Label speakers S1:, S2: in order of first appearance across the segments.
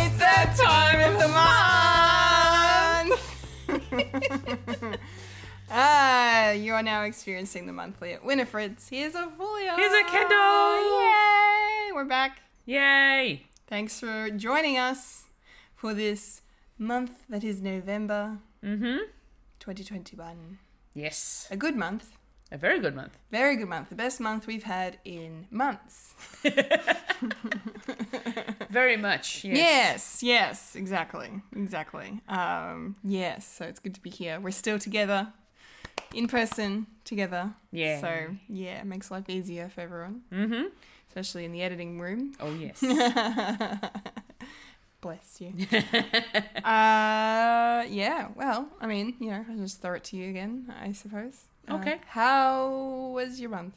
S1: Ah, you are now experiencing the monthly at Winifred's. Here's a folio.
S2: Here's a Kindle.
S1: Yay! We're back.
S2: Yay!
S1: Thanks for joining us for this month that is November
S2: Mm-hmm.
S1: 2021.
S2: Yes.
S1: A good month.
S2: A very good month.
S1: Very good month. The best month we've had in months.
S2: Very much. Yes.
S1: Yes, yes, exactly, exactly. Um, yes, so it's good to be here. We're still together, in person, together.
S2: Yeah.
S1: So yeah, it makes life easier for everyone,
S2: Mm-hmm.
S1: especially in the editing room.
S2: Oh yes.
S1: Bless you. uh, yeah. Well, I mean, you know, I just throw it to you again, I suppose. Uh,
S2: Okay.
S1: how was your month?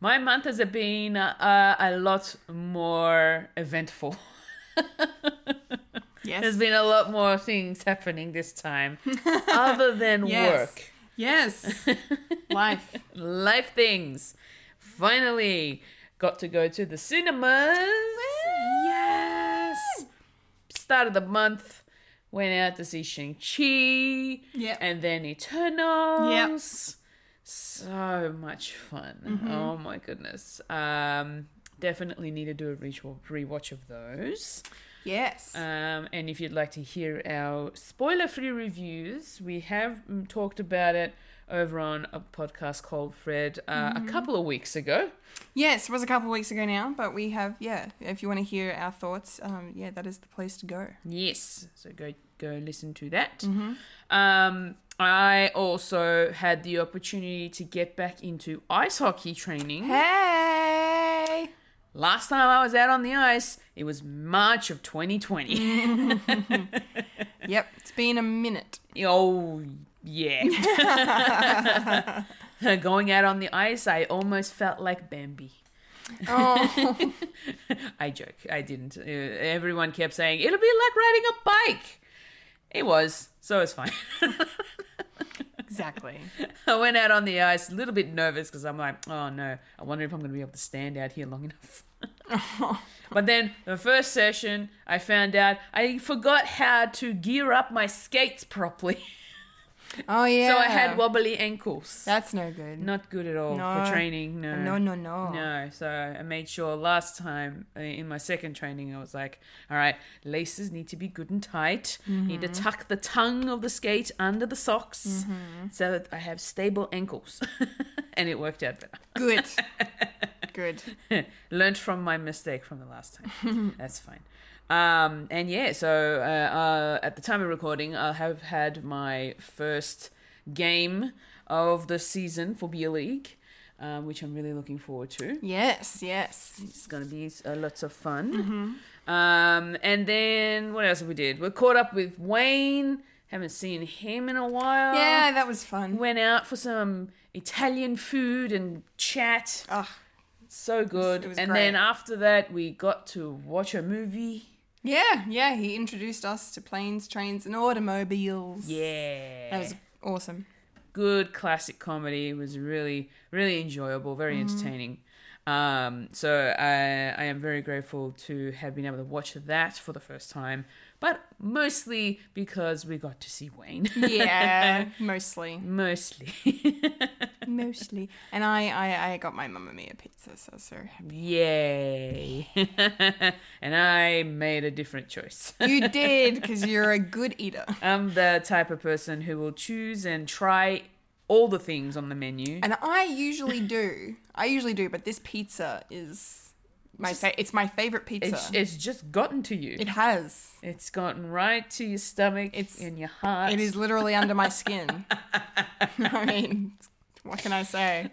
S2: My month has been uh, a lot more eventful. There's
S1: Yes.
S2: been a lot more things happening this time, other than
S1: Yes.
S2: work.
S1: Yes. life.
S2: life things. Finally, got to go to the cinemas. Yes. Start of the month, went out to see Shang Chi.
S1: Yep.
S2: And then Eternals. So much fun. Oh my goodness. Um, definitely need to do a ritual rewatch of those.
S1: Yes.
S2: Um, and if you'd like to hear our spoiler free reviews, we have mm, talked about it over on a podcast called Fred uh, a couple of weeks ago.
S1: Yes, it was a couple of weeks ago now, but we have yeah. If you want to hear our thoughts, um, yeah, that is the place to go.
S2: Yes, so go go listen to that. Um, I also had the opportunity to get back into ice hockey training.
S1: Hey,
S2: Last time I was out on the ice, it was March of 2020.
S1: yep, it's been a minute.
S2: oh, yeah. Going out on the ice, I almost felt like Bambi.
S1: Oh,
S2: I joke. I didn't. Uh, Everyone kept saying it'll be like riding a bike. It was, so it's fine.
S1: exactly.
S2: I went out on the ice, a little bit nervous because I'm like, oh no, I wonder if I'm going to be able to stand out here long enough. but then the first session, I found out I forgot how to gear up my skates properly,
S1: Oh yeah.
S2: so I had wobbly ankles.
S1: That's no good.
S2: Not good at all
S1: No.
S2: for training. No.
S1: no, no, no.
S2: No, so I made sure last time uh, in my second training, I was like, all right, laces need to be good and tight. Need to tuck the tongue of the skate under the socks so that I have stable ankles. and it worked out better.
S1: Good. good.
S2: Learned from my mistake from the last time. That's fine. Um, and yeah, so uh, uh, at the time of recording, I have had my first game of the season for Beer League, um, which I'm really looking forward to.
S1: Yes, yes.
S2: It's going to be uh, lots of fun.
S1: Mm-hmm.
S2: Um, and then what else have we did? We caught up with Wayne. Haven't seen him in a while.
S1: Yeah, that was fun.
S2: Went out for some Italian food and chat.
S1: Ugh.
S2: So good.
S1: it was
S2: and
S1: great.
S2: then after that, we got to watch a movie.
S1: Yeah, yeah. He introduced us to planes, trains, and automobiles.
S2: Yeah.
S1: That was awesome.
S2: good classic comedy. It was really, really enjoyable, very
S1: Mm-hmm.
S2: entertaining. Um, so I, I am very grateful to have been able to watch that for the first time, but mostly because we got to see Wayne.
S1: Yeah, mostly.
S2: mostly.
S1: Mostly. And I, I, I got my Mamma Mia pizza, so I was very happy.
S2: Yay. and I made a different choice.
S1: You did, because you're a good eater.
S2: I'm the type of person who will choose and try all the things on the menu.
S1: And I usually do. I usually do, but this pizza is my fa- it's my favorite pizza.
S2: It's, it's just gotten to you.
S1: it has.
S2: It's gotten right to your stomach.
S1: It's-
S2: It's in your heart.
S1: It is literally under my skin. I mean, what can I say?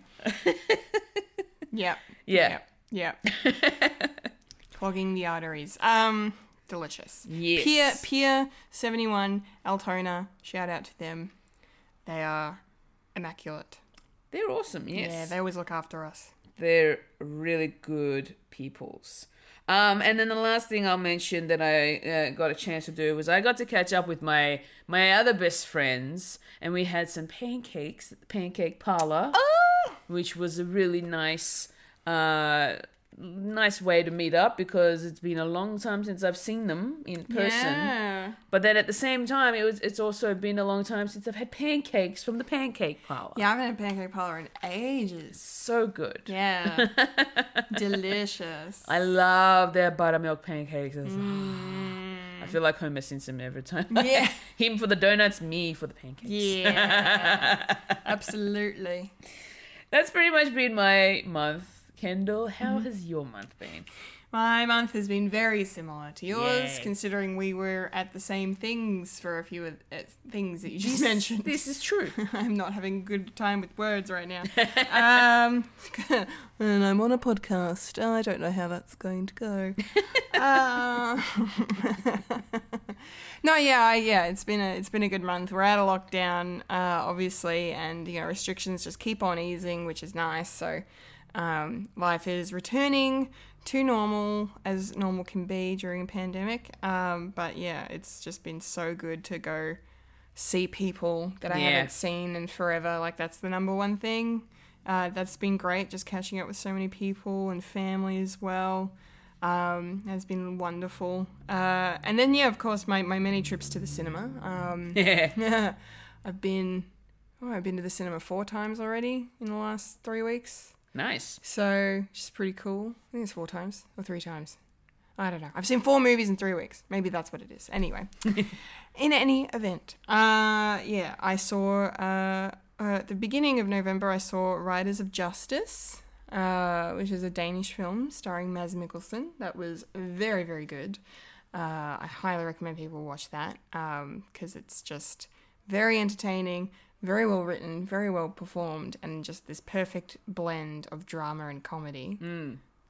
S1: Yep.
S2: Yeah.
S1: Yep. Yep. Clogging the arteries. Um delicious. Pier
S2: Yes.
S1: Pier 71 Altona. Shout out to them. They are immaculate.
S2: They're awesome. Yes.
S1: Yeah, they always look after us.
S2: they're really good peoples. Um, and then the last thing I'll mention that I uh, got a chance to do was I got to catch up with my my other best friends, and we had some
S1: Oh!
S2: pancakes at the pancake parlor, which was a really nice uh, nice way to meet up because it's been a long time since I've seen them in person.
S1: Yeah.
S2: But then at the same time, it was it's also been a long time since I've had pancakes from the Pancake Parlor.
S1: Yeah, I haven't had pancake parlor in ages.
S2: So good.
S1: Yeah. Delicious.
S2: I love their buttermilk pancakes. It's- I feel like Homer Simpson every time.
S1: Mm. Yeah.
S2: Him for the donuts, me for the pancakes.
S1: Yeah. Absolutely.
S2: That's pretty much been my month. Kendall, how
S1: Mm-hmm.
S2: has your month been?
S1: My month has been very similar to yours,
S2: Yay.
S1: considering we were at the same things for a few of uh, things that you just mentioned.
S2: This is true.
S1: I'm not having a good time with words right now. um, and I'm on a podcast. I don't know how that's going to go. uh, no, yeah, I- yeah. It's been a it's been a good month. We're out of lockdown, uh, obviously, and you know restrictions just keep on easing, which is nice. So um, life is returning to normal as normal can be during a pandemic. Um, but yeah, it's just been so good to go see people that I
S2: Yeah.
S1: haven't seen in forever. Like that's the number one thing. Uh, that's been great. Just catching up with so many people and family as well um, has been wonderful. Uh, and then yeah, of course, my my many trips to the cinema. Um,
S2: Yeah.
S1: I've been. Oh, I've been to the cinema four times already in the last three weeks.
S2: Nice.
S1: So she's pretty cool. I think it's four times or three times. I don't know. I've seen four movies in three weeks. Maybe that's what it is. Anyway, in any event, uh, yeah, I saw uh, uh, at the beginning of November. I saw Riders of Justice, uh, which is a Danish film starring Mads Mikkelsen. That was very very good. Uh, I highly recommend people watch that because it's just very entertaining, very well written, very well performed, and just this perfect blend of drama and comedy,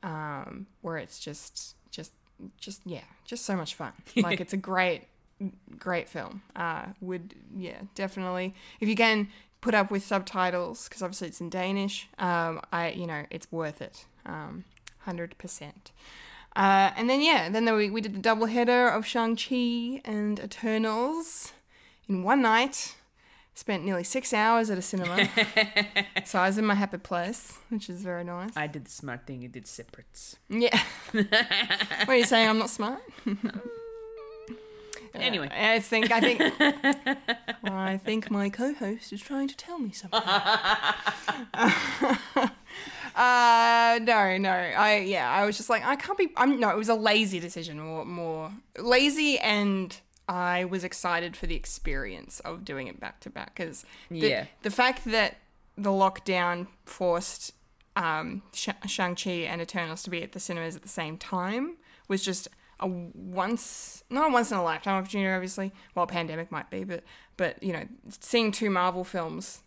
S1: um, where it's just, just, just yeah, just so much fun. Like it's a great, great film. Uh, would yeah, definitely if you can put up with subtitles because obviously it's in Danish. Um, I you know it's worth it. Um, hundred percent. Uh, and then yeah, then we, we did the double header of Shang Chi and Eternals in one night. Spent nearly six hours at a cinema, so I was in my happy place, which is very nice.
S2: I did the smart thing, you did separates.
S1: Yeah. what are you saying? I'm not smart.
S2: Anyway.
S1: Uh, I think I think I think my co-host is trying to tell me something. uh, no, no. I yeah. I was just like I can't be. I'm no. It was a lazy decision. More, more lazy and. I was excited for the experience of doing it back to back because the,
S2: Yeah.
S1: the fact that the lockdown forced um, Sh- Shang-Chi and Eternals to be at the cinemas at the same time was just a once, not a once in a lifetime opportunity, obviously. Well, pandemic might be, but, but, you know, seeing two Marvel films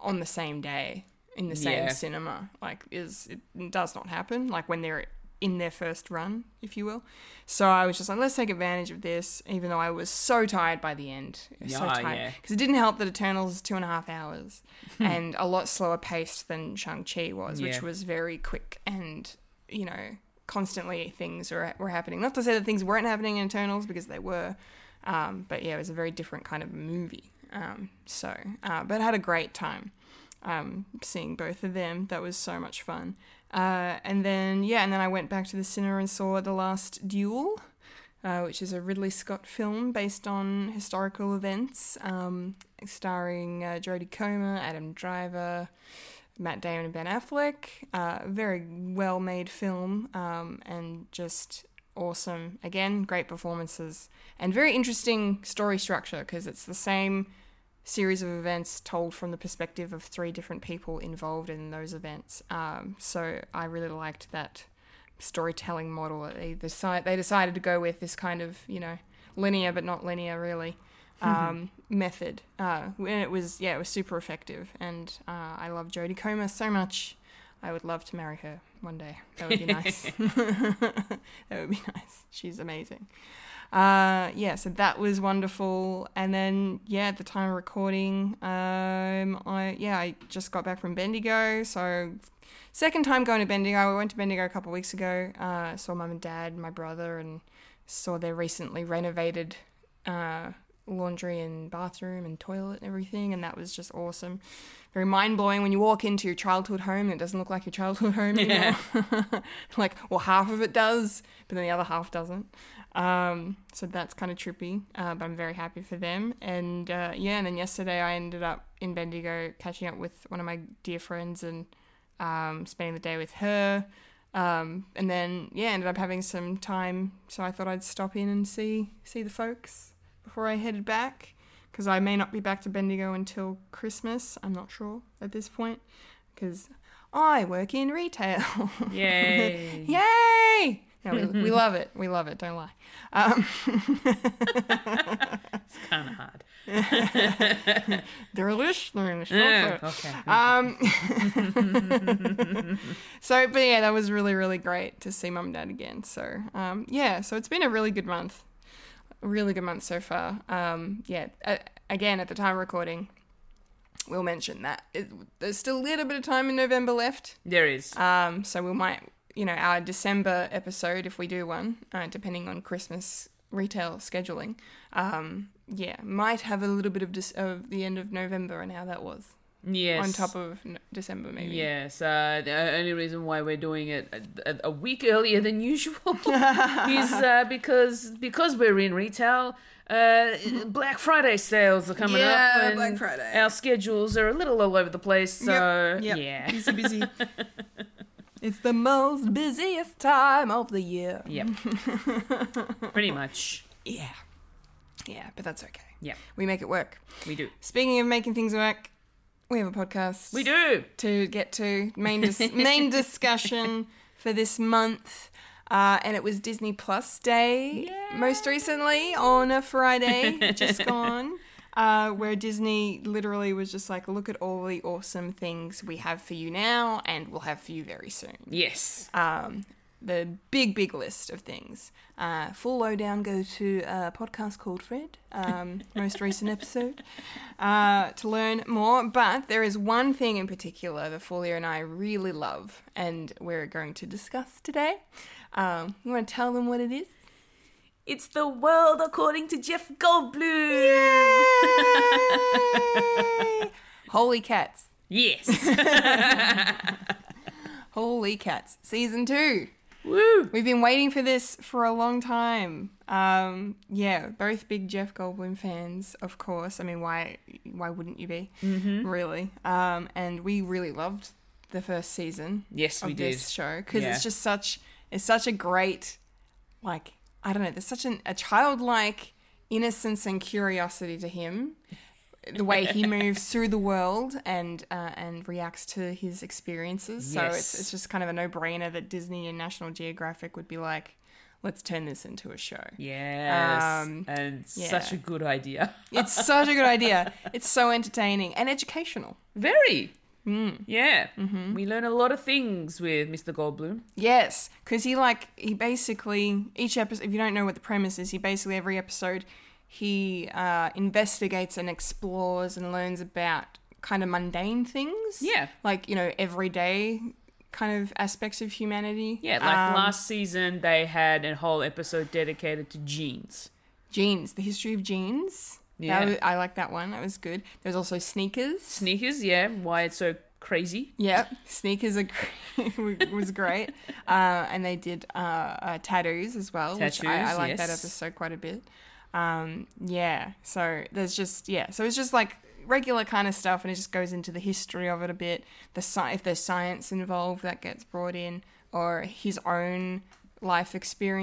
S1: on the same day in the same
S2: Yeah.
S1: cinema, like, is, it does not happen. Like, when they're in their first run, if you will. So I was just like, let's take advantage of this, even though I was so tired by the end. so
S2: Yeah,
S1: tired
S2: yeah. Hmm.
S1: because it didn't help that Eternals is two and a half hours and a lot slower paced than Shang Chi was,
S2: Yeah.
S1: which was very quick and you know constantly things were were happening. Not to say that things weren't happening in Eternals because they were, um, but yeah, it was a very different kind of movie. Um, so, uh, but I had a great time um, seeing both of them. That was so much fun. Uh, and then yeah, and then I went back to the cinema and saw The Last Duel uh, which is a Ridley Scott film based on historical events, um, starring uh, Jodie Comer, Adam Driver, Matt Damon, and Ben Affleck. Uh, very well made film um, and just awesome. Again, great performances and very interesting story structure because it's the same series of events told from the perspective of three different people involved in those events. Um, so I really liked that storytelling model that they decide they decided to go with this kind of you know linear but not linear really um, method. Uh, and it was yeah it was super effective and uh, I love Jodie Comer so much. I would love to marry her one day. That would be nice. that would be nice. She's amazing. Uh, yeah, so that was wonderful. And then, yeah, at the time of recording, um, I yeah, I just got back from Bendigo. So second time going to Bendigo. We went to Bendigo a couple of weeks ago. Uh, saw mum and dad, my brother, and saw their recently renovated uh, laundry and bathroom and toilet and everything, and that was just awesome. Very mind blowing when you walk into your childhood home and it doesn't look like your childhood home anymore. like, well, half of it does, but then the other half doesn't. Um, so that's kind of trippy, uh, but I'm very happy for them. And uh, yeah, and then yesterday I ended up in Bendigo catching up with one of my dear friends and um, spending the day with her. Um, and then yeah, ended up having some time, so I thought I'd stop in and see see the folks before I headed back because I may not be back to Bendigo until Christmas. I'm not sure at this point because I work in retail.
S2: Yay.
S1: Yay! No, we, we love it. We love it. Don't lie. Um,
S2: It's kind of hard.
S1: they're listening. so-
S2: Oh, okay.
S1: Um, so, but yeah, that was really, really great to see mum and dad again. So, um, yeah, so it's been a really good month, a really good month so far. Um, yeah, a- again, at the time of recording, we'll mention that it, there's still a little bit of time in November left.
S2: There is.
S1: Um, so we might, you know, our December episode, if we do one, uh, depending on Christmas retail scheduling, um, yeah, might have a little bit of, dis- of the end of November and how that was
S2: Yes.
S1: on top of n- December, maybe.
S2: Yes, uh, the only reason why we're doing it a, a- a week earlier than usual is uh, because because we're in retail. Uh, Black Friday sales are coming up.
S1: Yeah,
S2: and
S1: Black Friday.
S2: Our schedules are a little all over the place, so
S1: Yep, yep.
S2: yeah,
S1: Busy, busy. it's the most busiest time of the year.
S2: yep, pretty much.
S1: Yeah. Yeah, but that's okay.
S2: Yeah,
S1: We make it work.
S2: we do,
S1: Speaking of making things work, we have a podcast.
S2: we do.
S1: to get to main dis- main discussion for this month. Uh, and it was Disney Plus Day most recently on a Friday, just gone, uh, where Disney literally was just like, look at all the awesome things we have for you now and we'll have for you very soon
S2: Yes,
S1: um, the big, big list of things. Uh, full lowdown go to a podcast called Fred, um, most recent episode, uh, to learn more. But there is one thing in particular that Fulia and I really love, and we're going to discuss today. Um, you want to tell them what it is?
S2: it's the world according to Jeff Goldblum.
S1: Yay! Holy cats.
S2: Yes,
S1: Holy cats. Season two.
S2: woo.
S1: We've been waiting for this for a long time. Um, yeah, both big Jeff Goldblum fans, of course. I mean, why why wouldn't you be? Really. Um, and we really loved the first season
S2: Yes,
S1: of
S2: we did.
S1: this show because
S2: Yeah.
S1: it's just such it's such a great like I don't know. There's such an, a childlike innocence and curiosity to him. The way he moves through the world and uh, and reacts to his experiences, so it's
S2: Yes.
S1: it's just kind of a no brainer that Disney and National Geographic would be like, let's turn this into a show.
S2: Yes,
S1: Um,
S2: and
S1: yeah.
S2: such a good idea.
S1: It's such a good idea. It's so entertaining and educational.
S2: Very. Hmm. Yeah. We learn a lot of things with Mr. Goldblum.
S1: Yes, because he like he basically each episode. If you don't know what the premise is, he basically every episode he uh, investigates and explores and learns about kind of mundane things.
S2: Yeah.
S1: like you know everyday kind of aspects of humanity.
S2: Yeah, like
S1: Um,
S2: last season, they had a whole episode dedicated to jeans.
S1: jeans, the history of jeans. Yeah,
S2: Yeah.
S1: I like that one. That was good. There's also sneakers.
S2: Sneakers, yeah, why it's so crazy.
S1: Yep, sneakers are gr- was great, uh, and they did uh, uh, tattoos as well, which I, I
S2: Tattoos,
S1: like that
S2: yes.
S1: episode quite a bit. Um, yeah, so there's just yeah, so it's just like regular kind of stuff, and it just goes into the history of it a bit. The sci- if there's science involved, that gets brought in, or his own life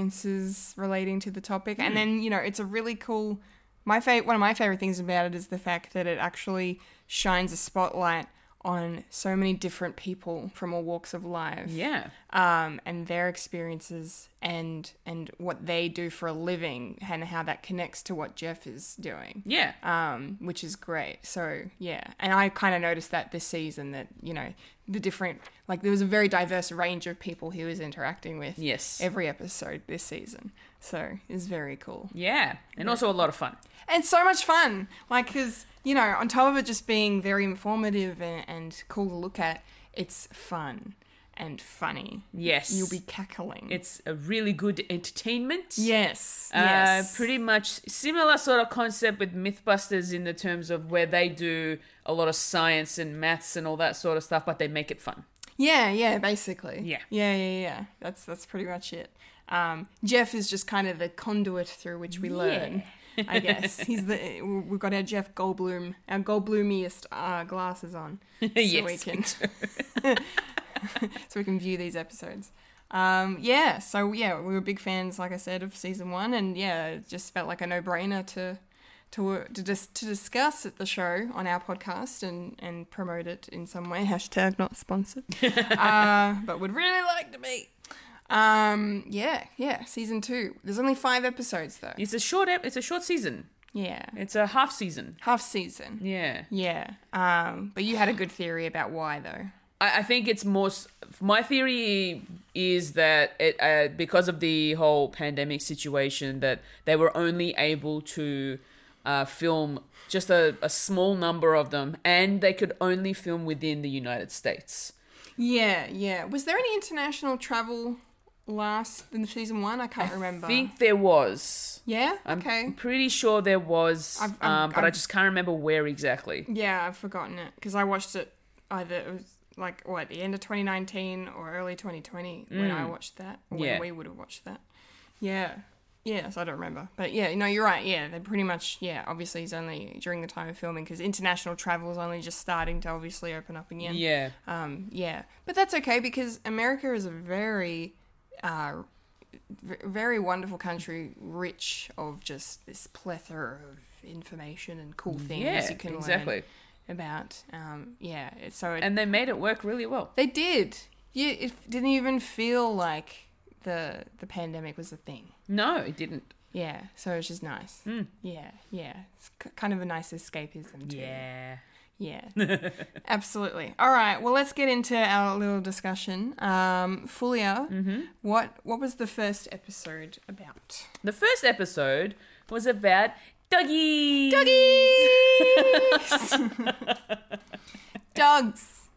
S1: experiences relating to the topic, and then you know it's a really cool. My favorite, one of my favorite things about it is the fact that it actually shines a spotlight on so many different people from all walks of life,
S2: Yeah.
S1: um, and their experiences and and what they do for a living, and how that connects to what Jeff is doing,
S2: Yeah.
S1: um, which is great. So yeah, and I kind of noticed that this season that you know the different like there was a very diverse range of people he was interacting with
S2: Yes.
S1: every episode this season, so it's very cool
S2: yeah. And also a lot of fun.
S1: and so much fun like because you know on top of it just being very informative and, and cool to look at it's fun and funny.
S2: Yes.
S1: You'll be cackling.
S2: It's a really good entertainment.
S1: yes.
S2: Uh,
S1: yes.
S2: Pretty much similar sort of concept with Mythbusters in the terms of where they do a lot of science and maths and all that sort of stuff, but they make it fun.
S1: Yeah, yeah, basically.
S2: Yeah.
S1: Yeah, yeah, yeah. That's that's pretty much it. Um, Jeff is just kind of the conduit through which we learn. I guess he's the we've got our Jeff Goldblum, our Goldblumiest uh, glasses on, so
S2: Yes,
S1: we
S2: we
S1: can so we can view these episodes. Um, yeah, so yeah, we were big fans, like I said, of season one, and yeah, it just felt like a no-brainer to to uh, to, dis- to discuss at the show on our podcast and and promote it in some way. Hashtag not sponsored, uh, but would really like to be. Um, yeah, yeah, season two. There's only five episodes though.
S2: It's a short. Ep- it's a short season.
S1: Yeah,
S2: It's a half season.
S1: half season.
S2: Yeah.
S1: Yeah, um, but you had a good theory about why though.
S2: I, I think it's more. s- My theory is that it, uh, because of the whole pandemic situation, that they were only able to uh, film just a, a small number of them, and they could only film within the United States.
S1: Yeah, yeah. Was there any international travel last in season one? I can't remember.
S2: I think there was.
S1: yeah.
S2: I'm
S1: okay.
S2: pretty sure there was,
S1: I've- I'm-
S2: um, but i
S1: I'm-
S2: just can't remember where exactly.
S1: Yeah, I've forgotten it because I watched it either it was like or at the end of 2019 or early 2020 when I watched that. Or
S2: Mm. Yeah.
S1: When we would have watched that. Yeah. Yes, I don't remember. But yeah, no, you're right. Yeah, they pretty much, yeah, obviously it's only during the time of filming because international travel is only just starting to obviously open up again.
S2: Yeah.
S1: Um, yeah, but that's okay because America is a very, uh, v- very wonderful country, rich of just this plethora of information and cool things
S2: Yeah,
S1: you can
S2: exactly.
S1: learn about. Um, yeah, it- so it,
S2: And they made it work really well.
S1: they did. You, it didn't even feel like the the pandemic was a thing.
S2: No, it didn't.
S1: Yeah, so it's just nice.
S2: Hmm.
S1: Yeah, yeah, it's k- kind of a nice escapism too.
S2: Yeah.
S1: Yeah, absolutely. All right. Well, let's get into our little discussion. Um, Fulia,
S2: Mm-hmm.
S1: what what was the first episode about?
S2: The first episode was about doggies.
S1: Dogs,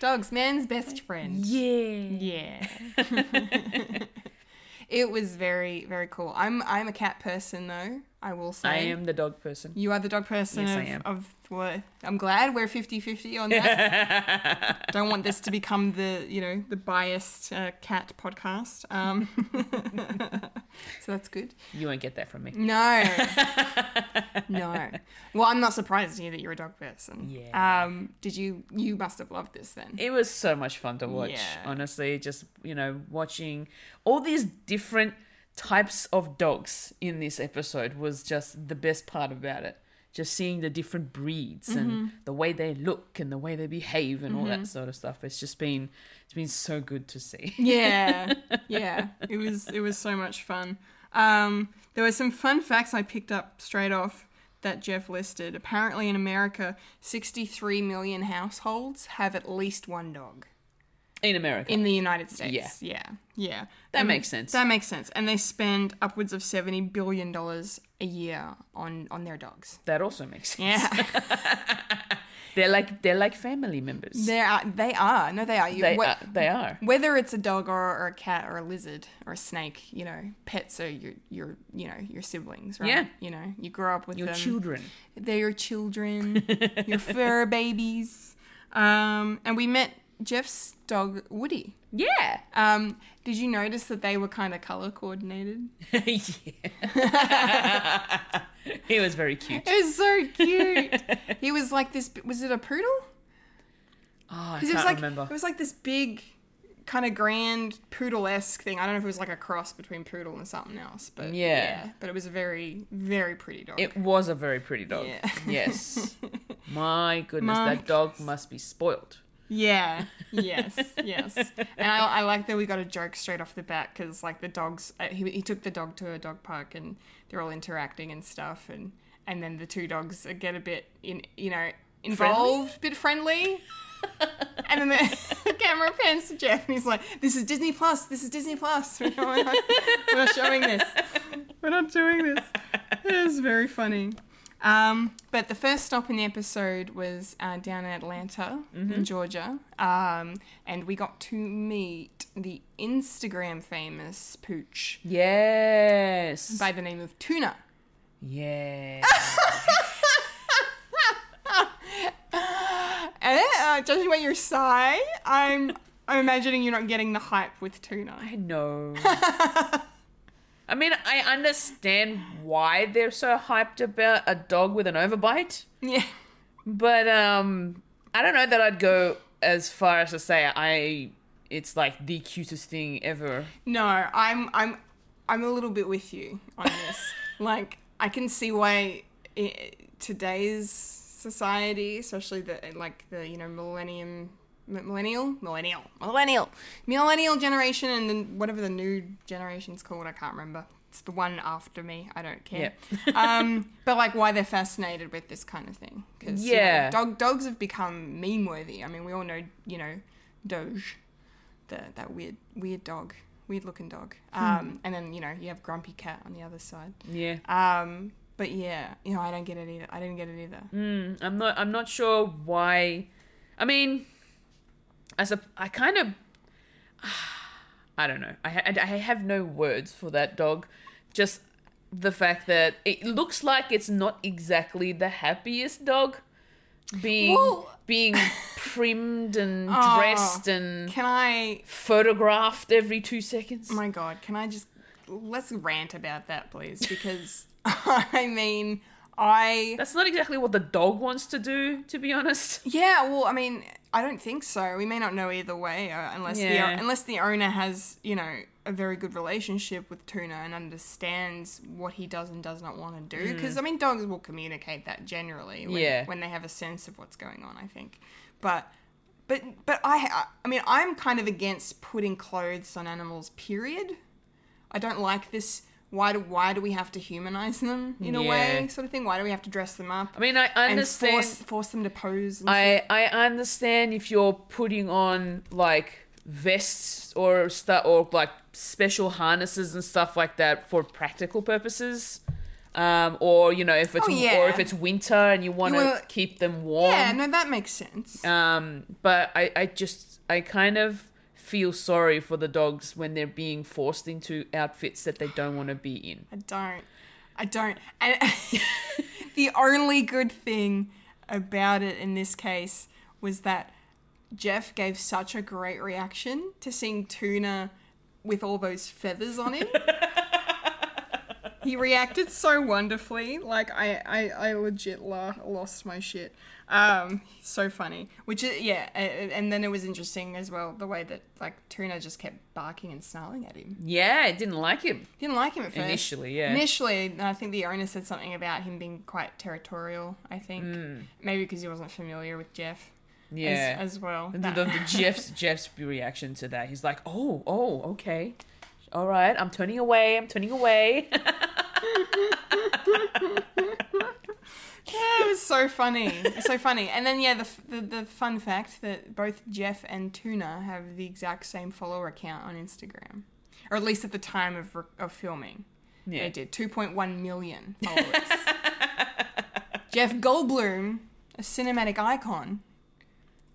S1: dogs, man's best friend.
S2: Yeah.
S1: Yeah. it was very very cool. I'm I'm a cat person though. I will say.
S2: I am the dog person.
S1: You are the dog person.
S2: Yes,
S1: of,
S2: I am.
S1: Of well, I'm glad we're 50-50 on that. Don't want this to become the you know the biased uh, cat podcast. Um, so that's good.
S2: You won't get that from me.
S1: No, no. Well, I'm not surprised to hear that you're a dog person.
S2: Yeah.
S1: Um, did you? You must have loved this then.
S2: It was so much fun to watch,
S1: Yeah.
S2: honestly. Just, you know, watching all these different types of dogs in this episode was just the best part about it. Just seeing the different breeds and
S1: Mm-hmm.
S2: the way they look and the way they behave and all that sort of stuff. It's just been it's been so good to see.
S1: yeah yeah it was it was so much fun um, there were some fun facts i picked up straight off that jeff listed apparently in america 63 million households have at least one dog
S2: In America.
S1: in the united states
S2: Yeah.
S1: yeah yeah
S2: that
S1: Um,
S2: makes sense.
S1: that makes sense and they spend upwards of 70 billion dollars a year on on their dogs
S2: that also makes sense.
S1: yeah
S2: They're like they're like family members.
S1: they are they are no they are you
S2: They
S1: what-
S2: are, they are.
S1: whether it's a dog or, or a cat or a lizard or a snake, you know, pets are your your you know your siblings, right?
S2: Yeah.
S1: You know, you grow up with
S2: Your
S1: them.
S2: children.
S1: They're your children, your fur babies. Um, and we met Jeff's dog Woody.
S2: Yeah.
S1: Um, did you notice that they were kind of color coordinated?
S2: yeah. he was very cute.
S1: It was so cute. he was like this. Was it a poodle?
S2: Oh, I
S1: Because
S2: can't
S1: it was like
S2: remember.
S1: it was like this big, kind of grand poodle-esque thing. I don't know if it was like a cross between poodle and something else, but
S2: Yeah.
S1: but it was a very very pretty dog.
S2: It was a very pretty dog.
S1: Yeah.
S2: Yes. My goodness,
S1: My
S2: that dog must be spoiled.
S1: yeah, yes, yes. And I, I like that we got a joke straight off the bat because like the dogs, uh, he he took the dog to a dog park and they're all interacting and stuff, and and then the two dogs get a bit in you know involved, bit friendly. And then the, the camera pans to Jeff, and he's like, "This is Disney Plus. This is Disney Plus. We're not, we're not showing this. We're not doing this." It is very funny. Um, but the first stop in the episode was uh, down in Atlanta, in Georgia, um, and we got to meet the Instagram famous pooch
S2: Yes.
S1: by the name of Tuna.
S2: Yes.
S1: And uh, judging by your sigh, I'm I'm imagining you're not getting the hype with Tuna.
S2: I know. I mean, I understand why they're so hyped about a dog with an overbite,
S1: Yeah.
S2: but um, I don't know that I'd go as far as to say I. It's like the cutest thing ever.
S1: No, I'm I'm I'm a little bit with you on this. like I can see why i today's society, especially the like the you know millennium m- millennial millennial millennial millennial generation and then whatever the new generation's called, I can't remember. It's the one after me. I don't care. um, but like why they're fascinated with this kind of thing because
S2: Yeah.
S1: dog dogs have become meme worthy. I mean, we all know you know Doge the that weird weird dog, weird looking dog. Um, and then you know you have Grumpy Cat on the other side.
S2: Yeah,
S1: Um, but yeah, you know I don't get it either. I didn't get it either.
S2: Mm, I'm not. I'm not sure why. I mean, I sup- I kind of. I don't know. I ha- I have no words for that dog. Just the fact that it looks like it's not exactly the happiest dog, being
S1: Well- Ah.
S2: being primmed and
S1: Aw.
S2: dressed and
S1: Can I? oh
S2: photographed every two seconds.
S1: My God, can I just let's rant about that, please? Because I mean, I
S2: That's not exactly what the dog wants to do, to be honest.
S1: yeah. Well, I mean, I don't think so. We may not know either way, uh, unless
S2: Yeah.
S1: the unless the owner has you know a very good relationship with Tuna and understands what he does and does not want to do. Because I mean, dogs will communicate that generally when,
S2: Mm. Yeah.
S1: when they have a sense of what's going on. I think, but but but I I mean I'm kind of against putting clothes on animals. Period. I don't like this. Why do why do we have to humanize them in a
S2: Yeah.
S1: way, sort of thing? Why do we have to dress them up?
S2: I mean, I
S1: and
S2: understand.
S1: force force them to pose. And
S2: I I understand if you're putting on like vests or stuff or like special harnesses and stuff like that for practical purposes. Um, or you know if it's
S1: Oh, yeah.
S2: or if it's winter and you want to
S1: wanna-
S2: keep them warm.
S1: Yeah, no, that makes sense.
S2: Um, but I I just I kind of feel sorry for the dogs when they're being forced into outfits that they don't want to be in.
S1: I don't. I don't. And the only good thing about it in this case was that Jeff gave such a great reaction to seeing tuna with all those feathers on him. he reacted so wonderfully. Like I, I, I legit la- lost my shit. Um, so funny. Which is yeah. a- a- And then it was interesting as well the way that like tuna just kept barking and snarling at him.
S2: Yeah, I didn't like it
S1: Didn't like him at first.
S2: initially. Yeah,
S1: Initially, I think the owner said something about him being quite territorial. I think maybe because he wasn't familiar with Jeff
S2: Mm. yeah.
S1: as, as well.
S2: And
S1: That-
S2: the, the Jeff's Jeff's reaction to that, he's like, "Oh, oh, okay, all right, I'm turning away, I'm turning away."
S1: Yeah, it was so funny, It was so funny. And then yeah, the, f- the the fun fact that both Jeff and Tuna have the exact same follower count on Instagram, or at least at the time of re- of filming,
S2: yeah,
S1: they did 2.1 million followers. Jeff Goldblum, a cinematic icon,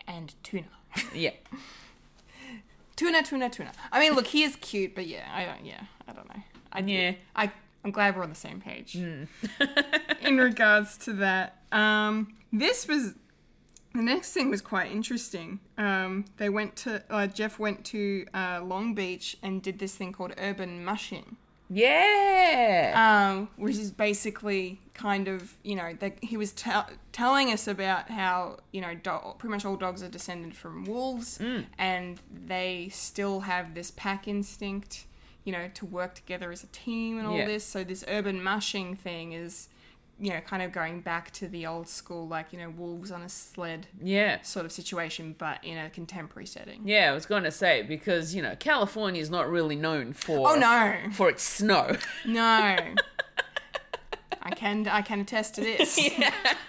S1: and Tuna.
S2: yeah,
S1: Tuna, tuna, tuna. I mean, look, he is cute, but yeah, I don't. Yeah, I don't know. I,
S2: Yeah.
S1: I, I'm glad we're on the same page in regards to that. Um, this was the next thing was quite interesting. Um, they went to uh, Jeff went to uh, Long Beach and did this thing called urban mushing
S2: yeah,
S1: um, which is basically kind of you know that he was tell telling us about how you know do- pretty much all dogs are descended from wolves
S2: Mm.
S1: and they still have this pack instinct you know to work together as a team and all
S2: Yeah.
S1: this so this urban mushing thing is you know kind of going back to the old school like you know wolves on a sled
S2: yeah,
S1: sort of situation but in a contemporary setting
S2: yeah. I was going to say because you know California is not really known for
S1: oh no
S2: for its snow.
S1: No. I can I can attest to this.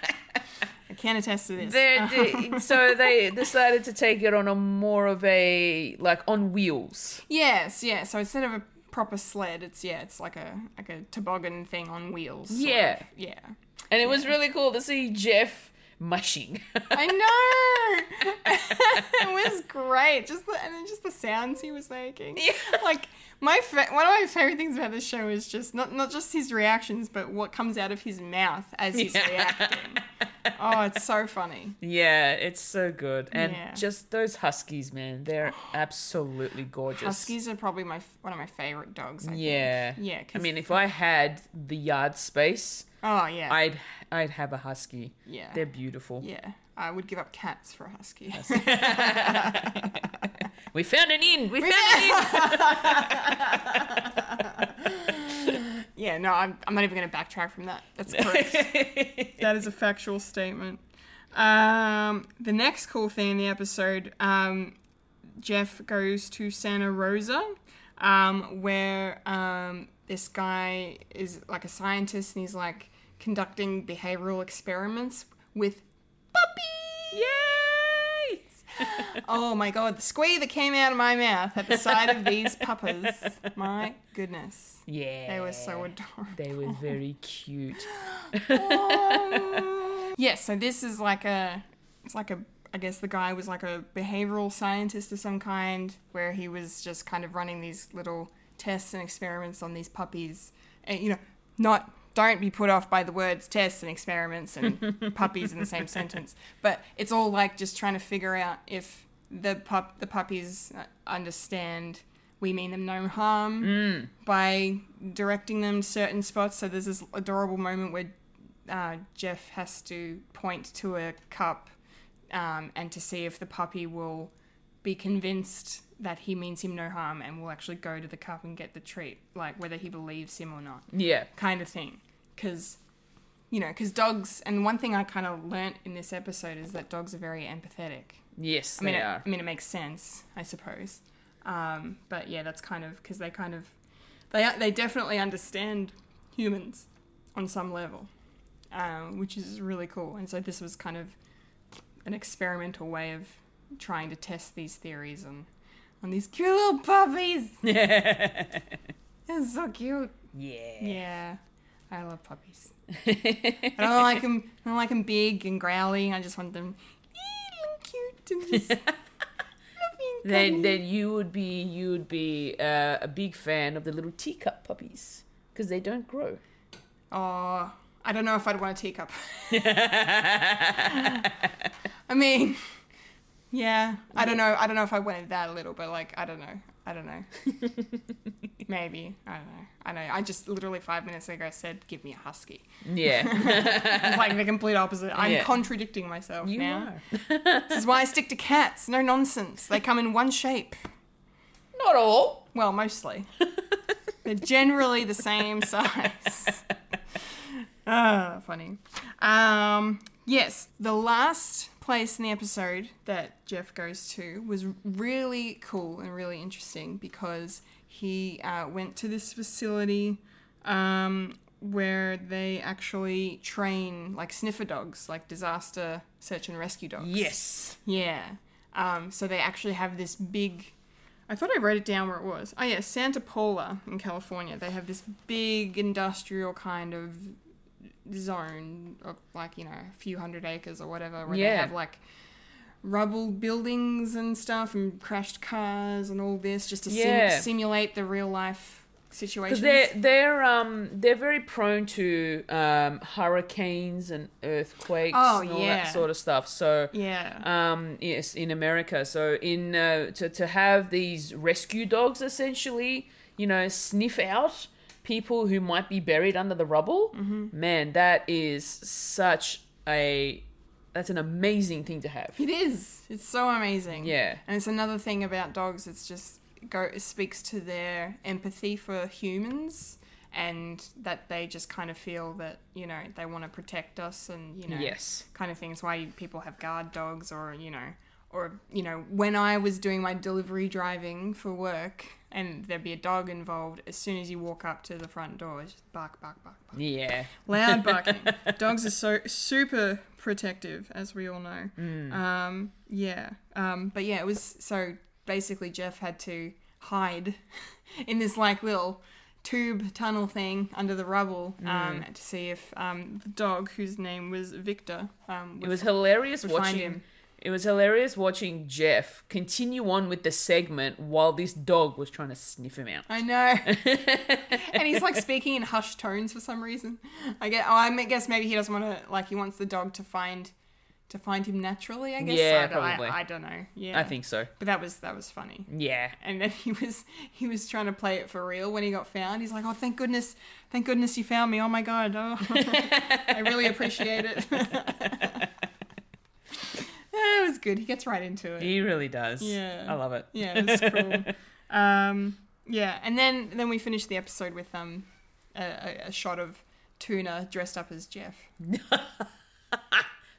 S1: I can attest to this. Uh-huh.
S2: They're- they- so they decided to take it on a more of a like on wheels.
S1: yes, yeah. So instead of a proper sled, it's yeah, it's like a like a toboggan thing on wheels. sort
S2: Yeah.
S1: of. Yeah.
S2: And it was really cool to see Jeff mushing.
S1: I know. it was great. Just the, and then just the sounds he was making.
S2: Yeah.
S1: Like my fa- one of my favorite things about this show is just not not just his reactions, but what comes out of his mouth as he's
S2: Yeah.
S1: reacting. Oh, it's so funny.
S2: yeah, it's so good. And
S1: Yeah.
S2: just those huskies, man, they're absolutely gorgeous.
S1: Huskies are probably my f- one of my favorite dogs. I
S2: Yeah.
S1: Think. Yeah.
S2: I
S1: 'cause-
S2: mean, if I had the yard space,
S1: Oh yeah.
S2: I'd I'd have a husky.
S1: yeah.
S2: They're beautiful.
S1: Yeah. I would give up cats for a husky.
S2: We found an inn. We found an inn.
S1: yeah. No, I'm I'm not even going to backtrack from that. That's correct. That is a factual statement. Um, the next cool thing in the episode, um, Jeff goes to Santa Rosa, um, where um, this guy is like a scientist and he's like conducting behavioral experiments with puppies.
S2: Yay!
S1: oh my god, the squee that came out of my mouth at the sight of these puppies. My goodness.
S2: Yeah.
S1: They were so adorable.
S2: They were very cute.
S1: yes, so this is like a it's like a I guess the guy was like a behavioral scientist of some kind where he was just kind of running these little tests and experiments on these puppies. And you know, not don't be put off by the words tests and experiments and puppies in the same sentence. But it's all like just trying to figure out if the pup the puppies uh, understand we mean them no harm
S2: Hmm.
S1: by directing them to certain spots. So there's this adorable moment where uh, Jeff has to point to a cup um, and to see if the puppy will be convinced that he means him no harm and will actually go to the cup and get the treat, like whether he believes him or not,
S2: Yeah.
S1: kind of thing. Because, you know, because dogs, and one thing I kind of learnt in this episode is that dogs are very empathetic.
S2: Yes,
S1: I mean,
S2: they
S1: it,
S2: are.
S1: I mean, it makes sense, I suppose. Um, but yeah, that's kind of because they kind of they they definitely understand humans on some level, um, which is really cool. And so this was kind of an experimental way of trying to test these theories on on these cute little puppies. They're so cute.
S2: yeah.
S1: Yeah. I love puppies. I don't like them. I don't like them big and growly. I just want them "Ee, little cute and just fluffy and
S2: Then,
S1: cuddly."
S2: then you would be you would be uh, a big fan of the little teacup puppies because they don't grow.
S1: Oh, I don't know if I'd want a teacup. I mean, yeah, I don't know. I don't know if I wanted that little, but like, I don't know. I don't know. Maybe I don't know. I know. I just literally five minutes ago said, "Give me a husky."
S2: Yeah,
S1: It's like the complete opposite. I'm
S2: Yeah.
S1: contradicting myself
S2: you
S1: now.
S2: are.
S1: This is why I stick to cats. No nonsense. They come in one shape.
S2: Not all.
S1: Well, mostly. They're generally the same size. Ah, funny. Um, yes, the last place in the episode that Jeff goes to was really cool and really interesting because he uh, went to this facility um, where they actually train like sniffer dogs, like disaster search and rescue dogs.
S2: Yes.
S1: Yeah. Um, so they actually have this big. I thought I wrote it down where it was. Oh, yeah, Santa Paula in California. They have this big industrial kind of zone of like, you know, a few hundred acres or whatever, where they
S2: Yeah.
S1: have like rubble buildings and stuff and crashed cars and all this just to sim-
S2: Yeah.
S1: simulate the real life
S2: Because
S1: situations.
S2: they're they're um they're very prone to um hurricanes and earthquakes
S1: Oh,
S2: and all
S1: yeah.
S2: that sort of stuff. So
S1: yeah.
S2: um yes in America. So in uh, to to have these rescue dogs essentially, you know, sniff out people who might be buried under the rubble.
S1: Mm-hmm.
S2: Man, that is such a that's an amazing thing to have.
S1: It is. It's so amazing.
S2: Yeah.
S1: And it's another thing about dogs. It's just go. It speaks to their empathy for humans, and that they just kind of feel that you know they want to protect us, and you know,
S2: Yes.
S1: kind of things. Why people have guard dogs, or you know, or you know, when I was doing my delivery driving for work, and there'd be a dog involved. As soon as you walk up to the front door, it's just bark, bark, bark, bark
S2: Yeah.
S1: loud barking. Dogs are so super protective, as we all know.
S2: Mm.
S1: Um, yeah, um, but yeah, it was so basically Jeff had to hide in this like little tube tunnel thing under the rubble
S2: Mm.
S1: um, to see if um, the dog, whose name was Victor, um,
S2: It was hilarious
S1: would find
S2: watching
S1: him.
S2: It was hilarious watching Jeff continue on with the segment while this dog was trying to sniff him out.
S1: I know. and he's like speaking in hushed tones for some reason. I guess, oh, I mean, guess maybe he doesn't want to, like, he wants the dog to find to find him naturally, I guess.
S2: Yeah,
S1: I don't, I-
S2: probably.
S1: I, don't know. Yeah.
S2: I think so.
S1: But that was, that was funny.
S2: Yeah.
S1: And then he was, he was trying to play it for real when he got found. He's like, oh, thank goodness, thank goodness you found me. Oh my God. Oh, I really appreciate it. it was good. He gets right into it.
S2: He really does.
S1: Yeah.
S2: I love it.
S1: Yeah, it was cool. um, yeah, and then then we finished the episode with um a, a, a shot of Tuna dressed up as Jeff.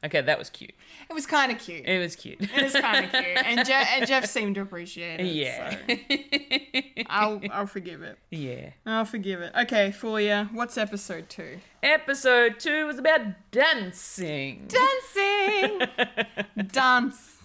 S2: Okay, that was cute.
S1: It was kind of cute.
S2: It was cute.
S1: It was kind of cute, and, Je- and Jeff seemed to appreciate it.
S2: Yeah.
S1: so I'll I'll forgive it.
S2: yeah.
S1: I'll forgive it. Okay, Fulia, what's episode two?
S2: Episode two was about dancing.
S1: Dancing, dance,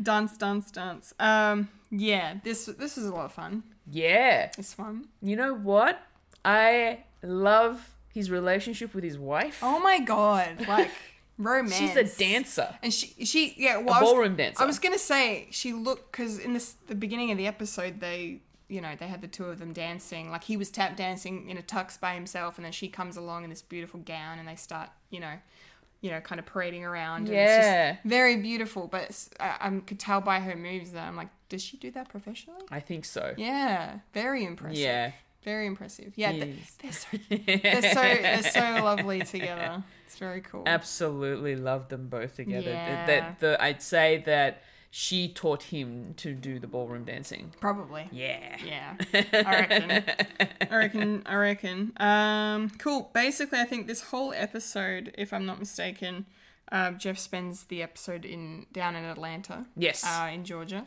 S1: dance, dance, dance. Um, yeah, this this was a lot of fun.
S2: yeah.
S1: This one.
S2: You know what? I love his relationship with his wife.
S1: Oh my god, like romance.
S2: She's a dancer.
S1: And she, she, yeah, well,
S2: A
S1: I was-
S2: ballroom dancer.
S1: I was gonna say she looked because in this, the beginning of the episode, they, you know, they had the two of them dancing. Like he was tap dancing in a tux by himself, and then she comes along in this beautiful gown, and they start, you know, you know, kind of parading around. and it's just
S2: Yeah.
S1: very beautiful. But it's- I, I could tell by her moves that I'm like, does she do that professionally?
S2: I think so.
S1: Yeah, very impressive.
S2: Yeah.
S1: very impressive. Yeah, th-
S2: Yes.
S1: they're so, they're so, they're so lovely together. It's very cool.
S2: absolutely love them both together. Th-
S1: Yeah.
S2: That the I'd say that she taught him to do the ballroom dancing.
S1: Probably.
S2: Yeah.
S1: Yeah, I reckon. I reckon. I reckon. Um, cool. Basically, I think this whole episode, if I'm not mistaken, uh, Jeff spends the episode in down in Atlanta.
S2: Yes.
S1: Uh, in Georgia,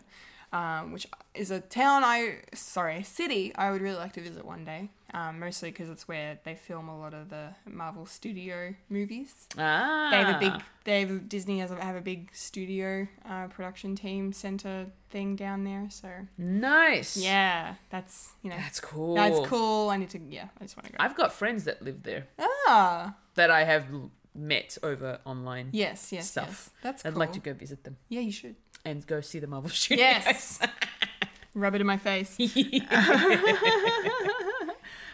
S1: um, which is a town I sorry city I would really like to visit one day. Um, mostly because it's where they film a lot of the Marvel Studio movies.
S2: Ah.
S1: They have a big. They have, Disney has a, have a big studio uh, production team center thing down there. So
S2: nice.
S1: yeah, that's you know
S2: That's cool.
S1: that's cool. I need to yeah, I just want to go.
S2: I've got friends that live there
S1: ah,
S2: that I have l- met over online
S1: yes, yes,
S2: stuff.
S1: yes. That's cool.
S2: I'd like to go visit them
S1: Yeah, you should.
S2: and go see the Marvel shoot.
S1: Yes. Rub it in my face.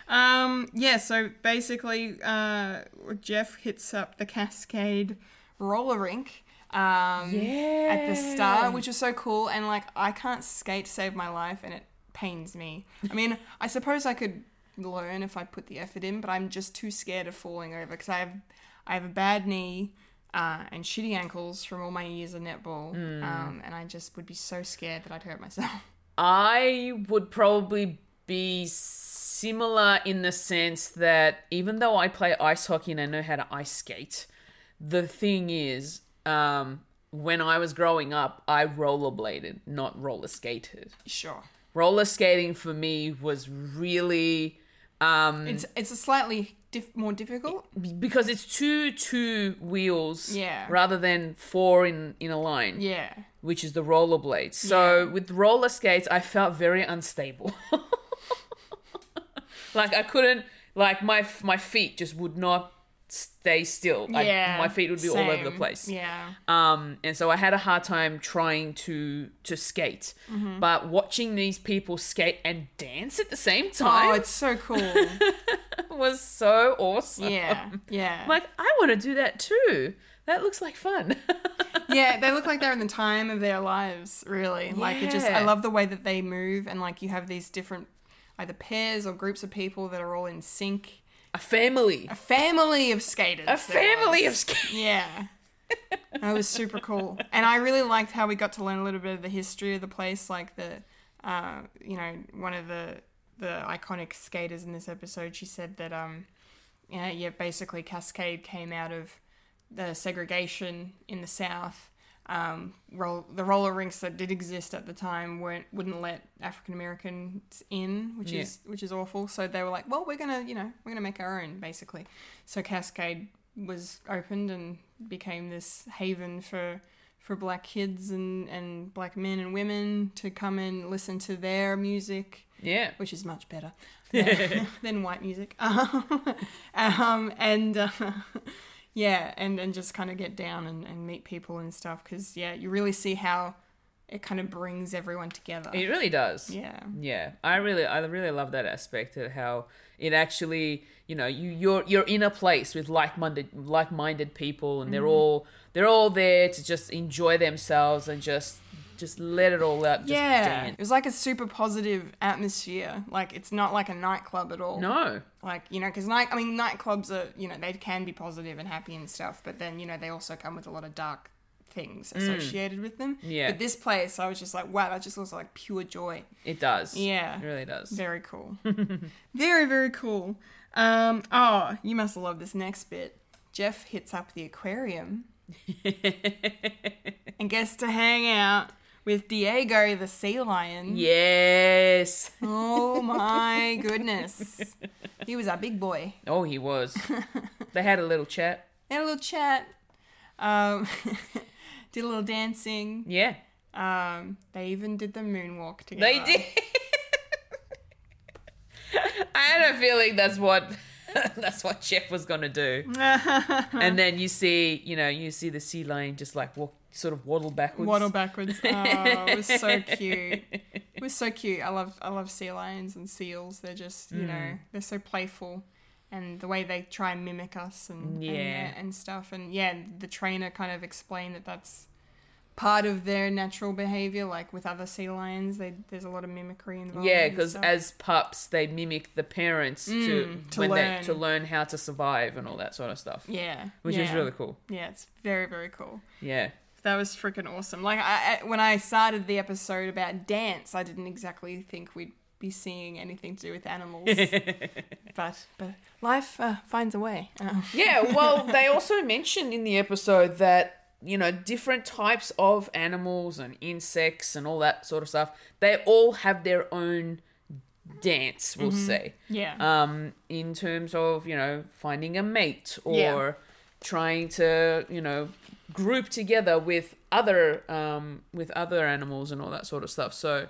S1: um, yeah, so basically, uh, Jeff hits up the Cascade roller rink. Um, At the
S2: Yeah.
S1: start, which is so cool, and like I can't skate to save my life, and it pains me. I mean, I suppose I could learn if I put the effort in, but I'm just too scared of falling over because I have I have a bad knee uh, and shitty ankles from all my years of netball,
S2: Hmm.
S1: um, and I just would be so scared that I'd hurt myself.
S2: I would probably be similar in the sense that even though I play ice hockey and I know how to ice skate, the thing is, um, when I was growing up, I rollerbladed, not roller skated.
S1: sure,
S2: Roller skating for me was really um,
S1: it's it's a slightly diff- more difficult.
S2: b- because it's two two wheels
S1: Yeah.
S2: rather than four in in a line
S1: Yeah,
S2: which is the rollerblades. So with roller skates, I felt very unstable. like I couldn't, like my my feet just would not stay still. I-
S1: yeah.
S2: my feet would be all over the
S1: same.
S2: place.
S1: Yeah,
S2: Um, and so I had a hard time trying to to skate.
S1: Mm-hmm.
S2: But watching these people skate and dance at the same
S1: oh,
S2: time
S1: it's so cool.
S2: was so awesome.
S1: yeah, yeah.
S2: I'm like I want to do that too. That looks like fun.
S1: yeah, they look like they're in the time of their lives, really. Like it just I
S2: Yeah.
S1: love the way that they move and like you have these different either pairs or groups of people that are all in sync.
S2: a family.
S1: A family of skaters.
S2: A family of skaters.
S1: Yeah. That was super cool. And I really liked how we got to learn a little bit of the history of the place, like the uh, you know, one of the the iconic skaters in this episode, she said that um yeah, yeah, basically Cascade came out of the segregation in the South. Um, roll, the roller rinks that did exist at the time weren't wouldn't let African Americans in, which
S2: Yeah.
S1: is which is awful. So they were like, well, we're gonna you know we're gonna make our own basically. So Cascade was opened and became this haven for for black kids and, and black men and women to come and listen to their music,
S2: Yeah.
S1: which is much better than, than white music. Um, um, and uh, yeah, and, and just kind of get down and, and meet people and stuff because, yeah, you really see how it kind of brings everyone together.
S2: It really does.
S1: yeah.
S2: Yeah, I really, I really love that aspect of how it actually, you know, you you're you're in a place with like-minded like-minded people,
S1: Mm-hmm.
S2: and they're all they're all there to just enjoy themselves and just just let it all out. Just
S1: yeah. It
S2: dance.
S1: was like a super positive atmosphere. Like, it's not like a nightclub at all.
S2: No.
S1: like you know because night i mean nightclubs are you know they can be positive and happy and stuff but then you know they also come with a lot of dark things associated with them
S2: Mm. Yeah.
S1: but this place i was just like wow that just looks like pure joy
S2: It does.
S1: Yeah.
S2: It really does.
S1: very cool very very cool um oh you must love this next bit jeff hits up the aquarium and gets to hang out with diego the sea lion
S2: Yes.
S1: oh my goodness he was a big boy
S2: Oh, he was. they had a little chat.
S1: They had a little chat. Um, did a little dancing.
S2: Yeah.
S1: Um, they even did the moonwalk together.
S2: They did. I had a feeling that's what that's what Jeff was gonna do. and
S1: Uh-huh.
S2: then you see, you know, you see the sea lion just like walk, sort of waddle backwards.
S1: Waddle backwards. Oh, it was so cute. It was so cute. I love I love sea lions and seals. They're just you
S2: Mm.
S1: know they're so playful, and the way they try and mimic us and and,
S2: Yeah.
S1: uh, and stuff. And yeah, the trainer kind of explained that that's part of their natural behavior. Like with other sea lions, they, there's a lot of mimicry involved.
S2: Yeah,
S1: and
S2: because
S1: stuff. Mm,
S2: as pups, they mimic the parents to,
S1: to
S2: when
S1: learn.
S2: They, to learn how to survive and all that sort of stuff,
S1: yeah,
S2: which is
S1: yeah.
S2: really cool.
S1: Yeah, it's very very cool.
S2: Yeah,
S1: That was freaking awesome. Like I, I when I started the episode about dance, I didn't exactly think we'd be seeing anything to do with animals, but but life uh, finds a way. Um,
S2: yeah. Well, they also mentioned in the episode that you know different types of animals and insects and all that sort of stuff. They all have their own dance, we'll
S1: Mm-hmm.
S2: say.
S1: yeah,
S2: um, in terms of you know finding a mate or
S1: Yeah.
S2: trying to you know group together with other um, with other animals and all that sort of stuff. So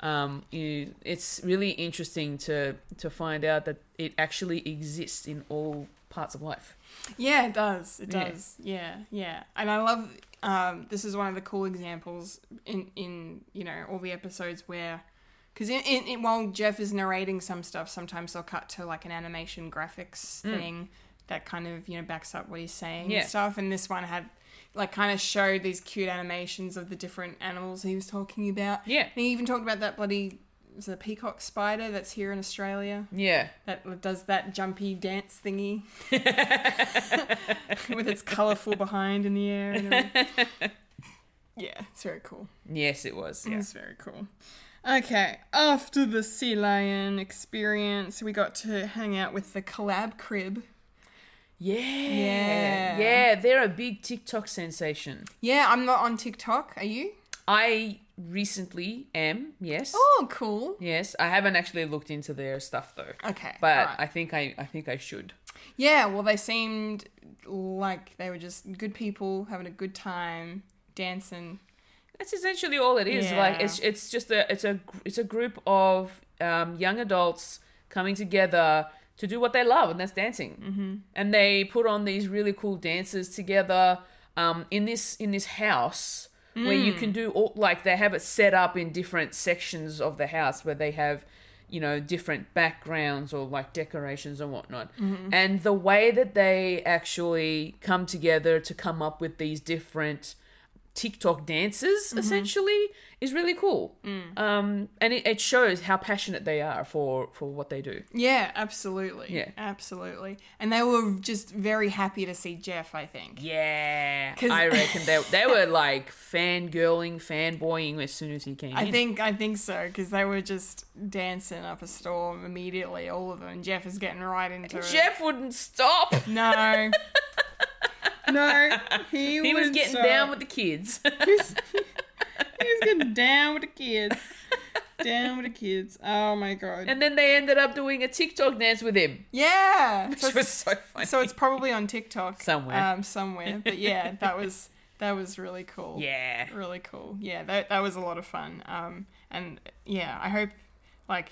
S2: um, you, it's really interesting to to find out that it actually exists in all parts of life.
S1: yeah, it does. It
S2: Yeah.
S1: does. Yeah, yeah. And I love. Um, this is one of the cool examples in in you know all the episodes where. Because in, in, in, while Jeff is narrating some stuff, sometimes they'll cut to like an animation graphics thing that kind of you know backs up what he's saying
S2: Mm. Yeah.
S1: and stuff. And this one had like kind of showed these cute animations of the different animals he was talking about.
S2: Yeah.
S1: and he even talked about that bloody is it a peacock spider that's here in Australia
S2: Yeah,
S1: that does that jumpy dance thingy with its colourful behind in the air. And everything. yeah, it's very cool.
S2: yes, it was. Yeah.
S1: It's very cool. Okay, after the sea lion experience, we got to hang out with the collab crib.
S2: yeah,
S1: Yeah.
S2: yeah. They're a big TikTok sensation.
S1: Yeah, I'm not on TikTok. Are you?
S2: I recently am. Yes.
S1: Oh, cool.
S2: Yes, I haven't actually looked into their stuff though.
S1: Okay,
S2: but
S1: alright.
S2: I think I, I think I should.
S1: Yeah, well, they seemed like they were just good people having a good time dancing.
S2: That's essentially all it is. Like
S1: Yeah.
S2: it's it's just a it's a gr- it's a group of um, young adults coming together to do what they love, and that's dancing. Mm-hmm. And they put on these really cool dances together um, in this in this house. Where you can do all like they have it set up in different sections of the house where they have you know different backgrounds or like decorations and whatnot and the way that they actually come together to come up with these different tiktok dances essentially is really cool um, and it, it shows how passionate they are for for what they do
S1: Yeah, absolutely.
S2: Yeah.
S1: absolutely. And they were just very happy to see Jeff. I think.
S2: yeah
S1: 'Cause-
S2: i reckon they, they were like fangirling fanboying as soon as he came
S1: I
S2: in
S1: think I think so because they were just dancing up a storm immediately, all of them. And Jeff is getting right into it.
S2: jeff wouldn't stop
S1: No, no, he,
S2: he was getting down with the kids
S1: he was, getting down with the kids, down with the kids. Oh my god!
S2: and then they ended up doing a tiktok dance with him
S1: yeah, so
S2: which
S1: it's,
S2: was so funny
S1: so it's probably on TikTok
S2: Somewhere.
S1: um, somewhere. But yeah, that was That was really cool.
S2: Yeah.
S1: Really cool. Yeah, that that was a lot of fun. Um, and yeah, I hope like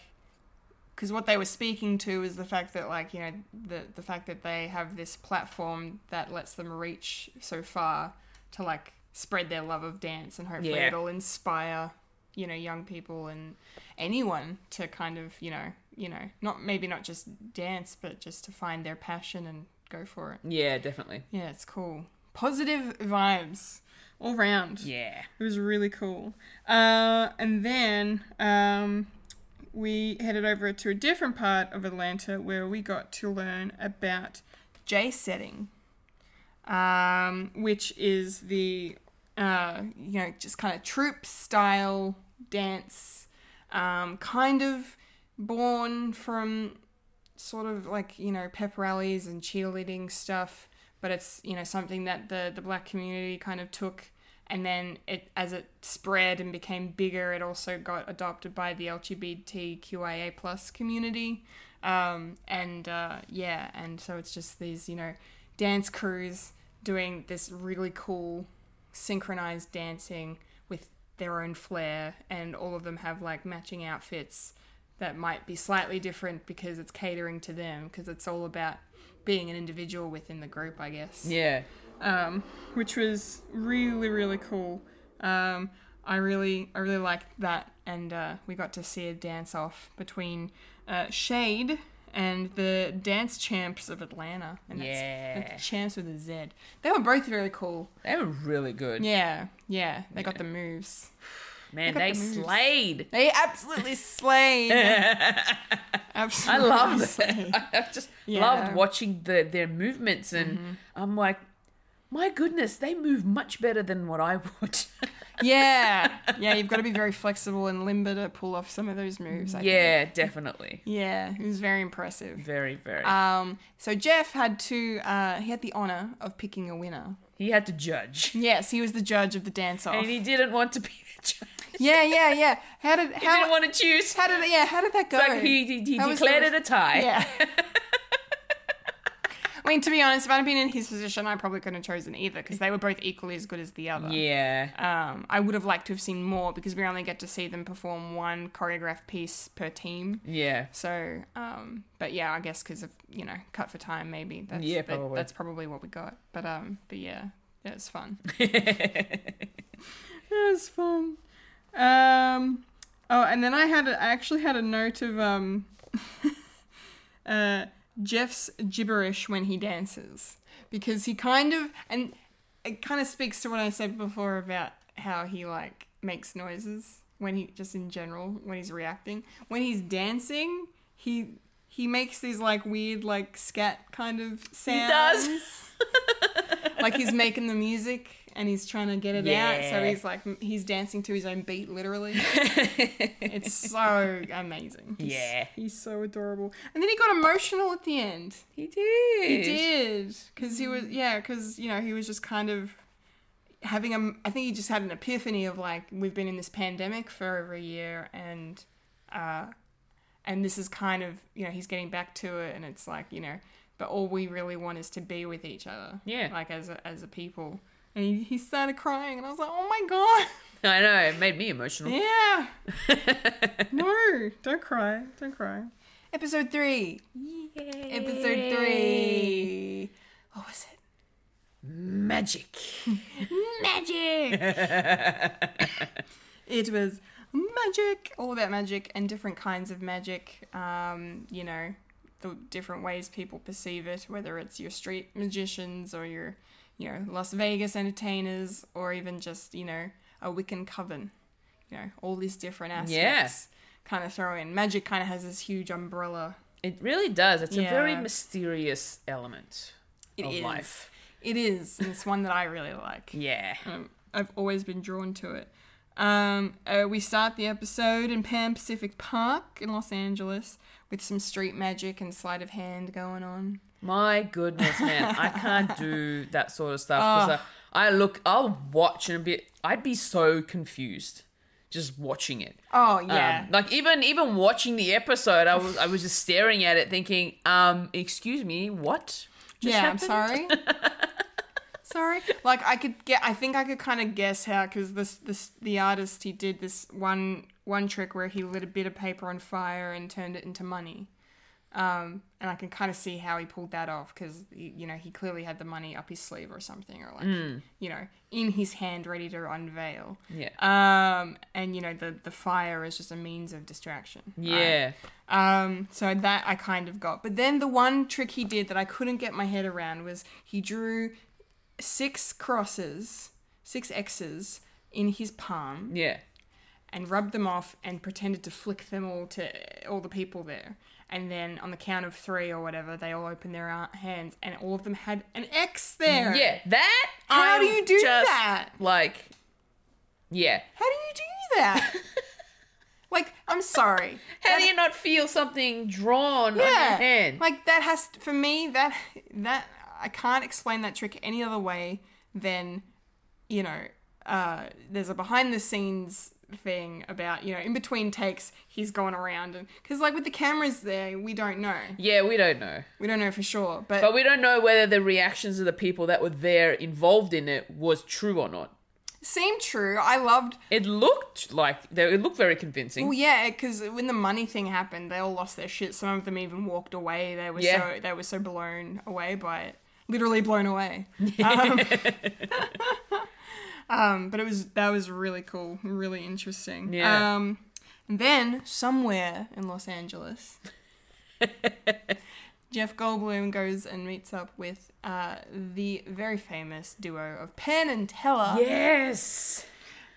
S1: because what they were speaking to is the fact that like you know the the fact that they have this platform that lets them reach so far to like spread their love of dance and hopefully
S2: Yeah.
S1: it'll inspire you know young people and anyone to kind of you know you know not maybe not just dance but just to find their passion and go for it
S2: Yeah, definitely.
S1: yeah it's cool positive vibes all round
S2: Yeah.
S1: it was really cool. Uh, and then um, we headed over to a different part of Atlanta where we got to learn about J setting, um, which is the uh, you know just kind of troop style dance, um, kind of born from sort of like you know pep rallies and cheerleading stuff but it's you know something that the the black community kind of took and then it as it spread and became bigger it also got adopted by the lgbtqia plus community um, and uh, yeah and so it's just these you know dance crews doing this really cool synchronized dancing with their own flair and all of them have like matching outfits that might be slightly different because it's catering to them because it's all about being an individual within the group i guess
S2: Yeah.
S1: um, which was really really cool um, i really i really liked that and uh, we got to see a dance off between uh, shade and the dance champs of atlanta and that's,
S2: Yeah.
S1: that's champs with a z they were both very cool
S2: They were really good.
S1: yeah yeah they got the moves
S2: Man,
S1: Look at
S2: they
S1: the moves.
S2: slayed.
S1: They absolutely slayed.
S2: I
S1: absolutely.
S2: loved it.
S1: slayed.
S2: I just
S1: Yeah. Mm-hmm.
S2: loved watching the, their movements, and I'm like, my goodness, they move much better than what I would.
S1: Yeah. Yeah, you've got to be very flexible and limber to pull off some of those moves. I Think.
S2: yeah, definitely.
S1: Yeah, it was very impressive.
S2: Very, very.
S1: Um, so Jeff had to, uh, he had the honor of picking a winner.
S2: he had to judge,
S1: Yes, he was the judge of the dance off.
S2: and he didn't want to be the judge.
S1: Yeah, yeah, yeah. How did,
S2: He didn't
S1: how,
S2: want to choose.
S1: how did, yeah, how did that go?
S2: It's like he, he, he
S1: How was
S2: declared
S1: the-
S2: it a tie.
S1: Yeah. I mean, to be honest, if I'd been in his position, I probably couldn't have chosen either because they were both equally as good as the other.
S2: Yeah.
S1: Um, I would have liked to have seen more because we only get to see them perform one choreographed piece per team.
S2: Yeah.
S1: So, um, but yeah, I guess because of you know cut for time, maybe that's
S2: Yeah,
S1: that-
S2: probably.
S1: that's probably what we got. But um, but yeah, it was fun. That was fun. Um, oh, and then I had a, I actually had a note of um, uh, Jeff's gibberish when he dances because he kind of and it kind of speaks to what I said before about how he like makes noises when he just in general when he's reacting when he's dancing he he makes these like weird like scat kind of sounds
S2: does.
S1: like he's making the music and he's trying to get it out so
S2: Yeah.
S1: he's like he's dancing to his own beat literally it's so amazing He's-
S2: Yeah.
S1: he's so adorable and then he got emotional at the end
S2: He did.
S1: he did because he was yeah because you know he was just kind of having a i think he just had an epiphany of like we've been in this pandemic for over a year and uh and this is kind of you know he's getting back to it and it's like you know but all we really want is to be with each other
S2: Yeah.
S1: like as a, as a people and he, he started crying and i was like oh my god
S2: I know. It made me emotional.
S1: yeah. no, don't cry. Don't cry. Episode three. Episode three. What was it?
S2: Magic.
S1: Magic. it was magic. All about magic and different kinds of magic. Um, you know, the different ways people perceive it, whether it's your street magicians or your, you know, Las Vegas entertainers or even just, you know, a Wiccan coven. You know, all these different aspects.
S2: Yeah.
S1: Kind of throw in. Magic kind of has this huge umbrella.
S2: It really does. It's a very
S1: Yeah.
S2: mysterious element
S1: It
S2: of
S1: is.
S2: life.
S1: It is, and it's one that I really like.
S2: Yeah.
S1: Um, I've always been drawn to it. Um, uh, we start the episode in Pan Pacific Park in Los Angeles with some street magic and sleight of hand going on.
S2: My goodness, man. I can't do that sort of stuff
S1: Oh.
S2: because I, I look, I'll watch and be, I'd be so confused just watching it.
S1: Oh
S2: Um,
S1: yeah,
S2: like even even watching the episode, I was I was just staring at it, thinking, um, excuse me, what? just
S1: yeah.
S2: happened?"
S1: I'm sorry. sorry. Like I could get, I think I could kind of guess how because this this the artist he did this one one trick where he lit a bit of paper on fire and turned it into money. Um, and I can kind of see how he pulled that off because you know he clearly had the money up his sleeve or something or like you know in his hand ready to unveil.
S2: Yeah.
S1: Um, and you know the the fire is just a means of distraction. right?
S2: Yeah.
S1: Um, so that I kind of got. But then the one trick he did that I couldn't get my head around was he drew six crosses, six X's in his palm
S2: Yeah.
S1: and rubbed them off and pretended to flick them all to all the people there. And then on the count of three or whatever, they all opened their uh, hands and all of them had an X there.
S2: Yeah. That.
S1: How do
S2: I'm
S1: you do
S2: just,
S1: that?
S2: Like. Yeah.
S1: How do you do that? like, I'm sorry.
S2: How do you not feel something drawn on your hand?
S1: Like that has for me that that I can't explain that trick any other way than you know uh, there's a behind the scenes thing about you know in between takes he's going around and because like with the cameras there we don't know
S2: yeah, we don't know.
S1: we don't know for sure but,
S2: But we don't know whether the reactions of the people that were there involved in it was true or not.
S1: seemed true I loved
S2: It looked like it looked very convincing.
S1: well yeah because when the money thing happened they all lost their shit some of them even walked away they were
S2: Yeah.
S1: so they were so blown away by it literally blown away um, Um, but it was that was really cool, really interesting.
S2: Yeah.
S1: Um, and then somewhere in Los Angeles, Jeff Goldblum goes and meets up with uh, the very famous duo of Penn and Teller.
S2: yes,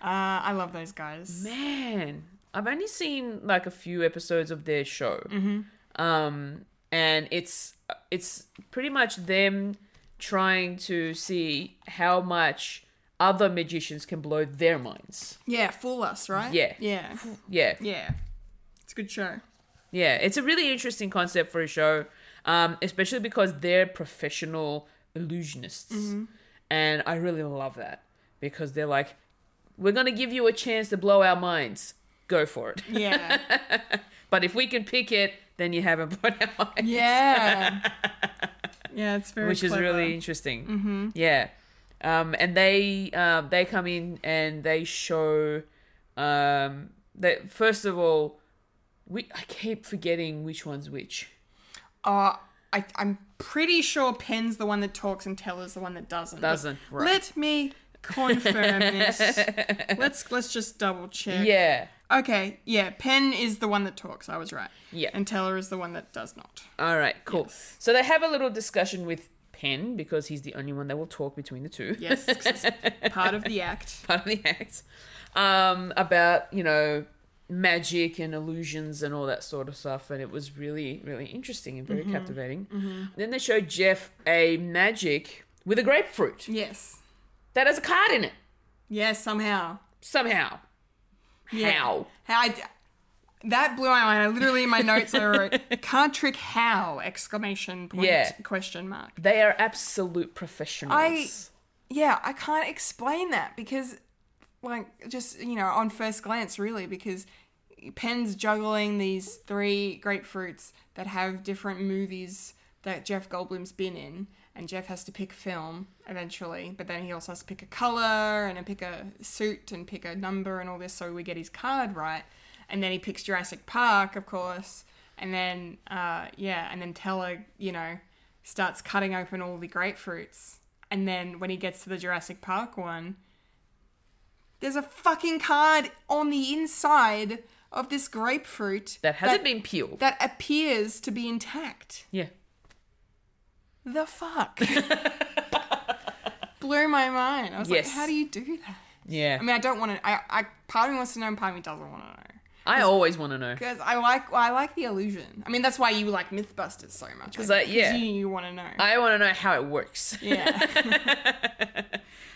S1: Uh, I love those guys.
S2: man. I've only seen like a few episodes of their show, um, and it's it's pretty much them trying to see how much other magicians can blow their minds.
S1: Yeah, Fool Us, right?
S2: Yeah.
S1: yeah,
S2: Yeah,
S1: yeah. It's a good show.
S2: Yeah, it's a really interesting concept for a show, um, especially because they're professional illusionists. And I really love that because they're like, we're going to give you a chance to blow our minds. Go for it.
S1: Yeah,
S2: but if we can pick it, then you haven't blown our minds.
S1: yeah, yeah. It's very
S2: Which is
S1: clever.
S2: really interesting. Mm-hmm. Yeah. Um, and they um, they come in and they show um, that first of all, we I keep forgetting which one's which.
S1: Uh, I, I'm pretty sure Penn's the one that talks and Teller's the one that doesn't. but
S2: Doesn't, right.
S1: Let me confirm this. Let's let's just double check.
S2: Yeah.
S1: Okay. Yeah. Penn is the one that talks. I was right.
S2: Yeah.
S1: And Teller is the one that does not.
S2: All right, cool. So they have a little discussion with Penn because he's the only one that will talk between the two.
S1: Yes. 'cause it's part of the act.
S2: Part of the act. Um, about, you know, magic and illusions and all that sort of stuff. And it was really, really interesting and
S1: Mm-hmm.
S2: very captivating. Then they show Jeff a magic with a grapefruit
S1: Yes.
S2: that has a card in it
S1: Yes. Somehow.
S2: somehow.
S1: Yeah.
S2: How?
S1: How I d- that blew my mind. I literally in my notes I wrote can't trick how exclamation point
S2: Yeah.
S1: question mark.
S2: They are absolute professionals.
S1: yeah, I can't explain that because, like, just you know, on first glance, really, because Penn's juggling these three grapefruits that have different movies that Jeff Goldblum's been in, and Jeff has to pick film eventually, but then he also has to pick a color and then pick a suit and pick a number and all this, so we get his card right. And then he picks Jurassic Park, of course, and then uh, yeah, and then Teller, you know, starts cutting open all the grapefruits. And then when he gets to the Jurassic Park one, there's a fucking card on the inside of this grapefruit
S2: that hasn't been peeled.
S1: that appears to be intact.
S2: yeah.
S1: The fuck. Blew my mind. I was
S2: Yes.
S1: like, how do you do that?
S2: Yeah.
S1: I mean, I don't want to. I, I part of me wants to know, and part of me doesn't want to know.
S2: I always want to know.
S1: Because I like, I like the illusion. I mean, that's why you like MythBusters so much. Because,
S2: I- yeah.
S1: you, you want to know.
S2: I want to know how it works.
S1: yeah.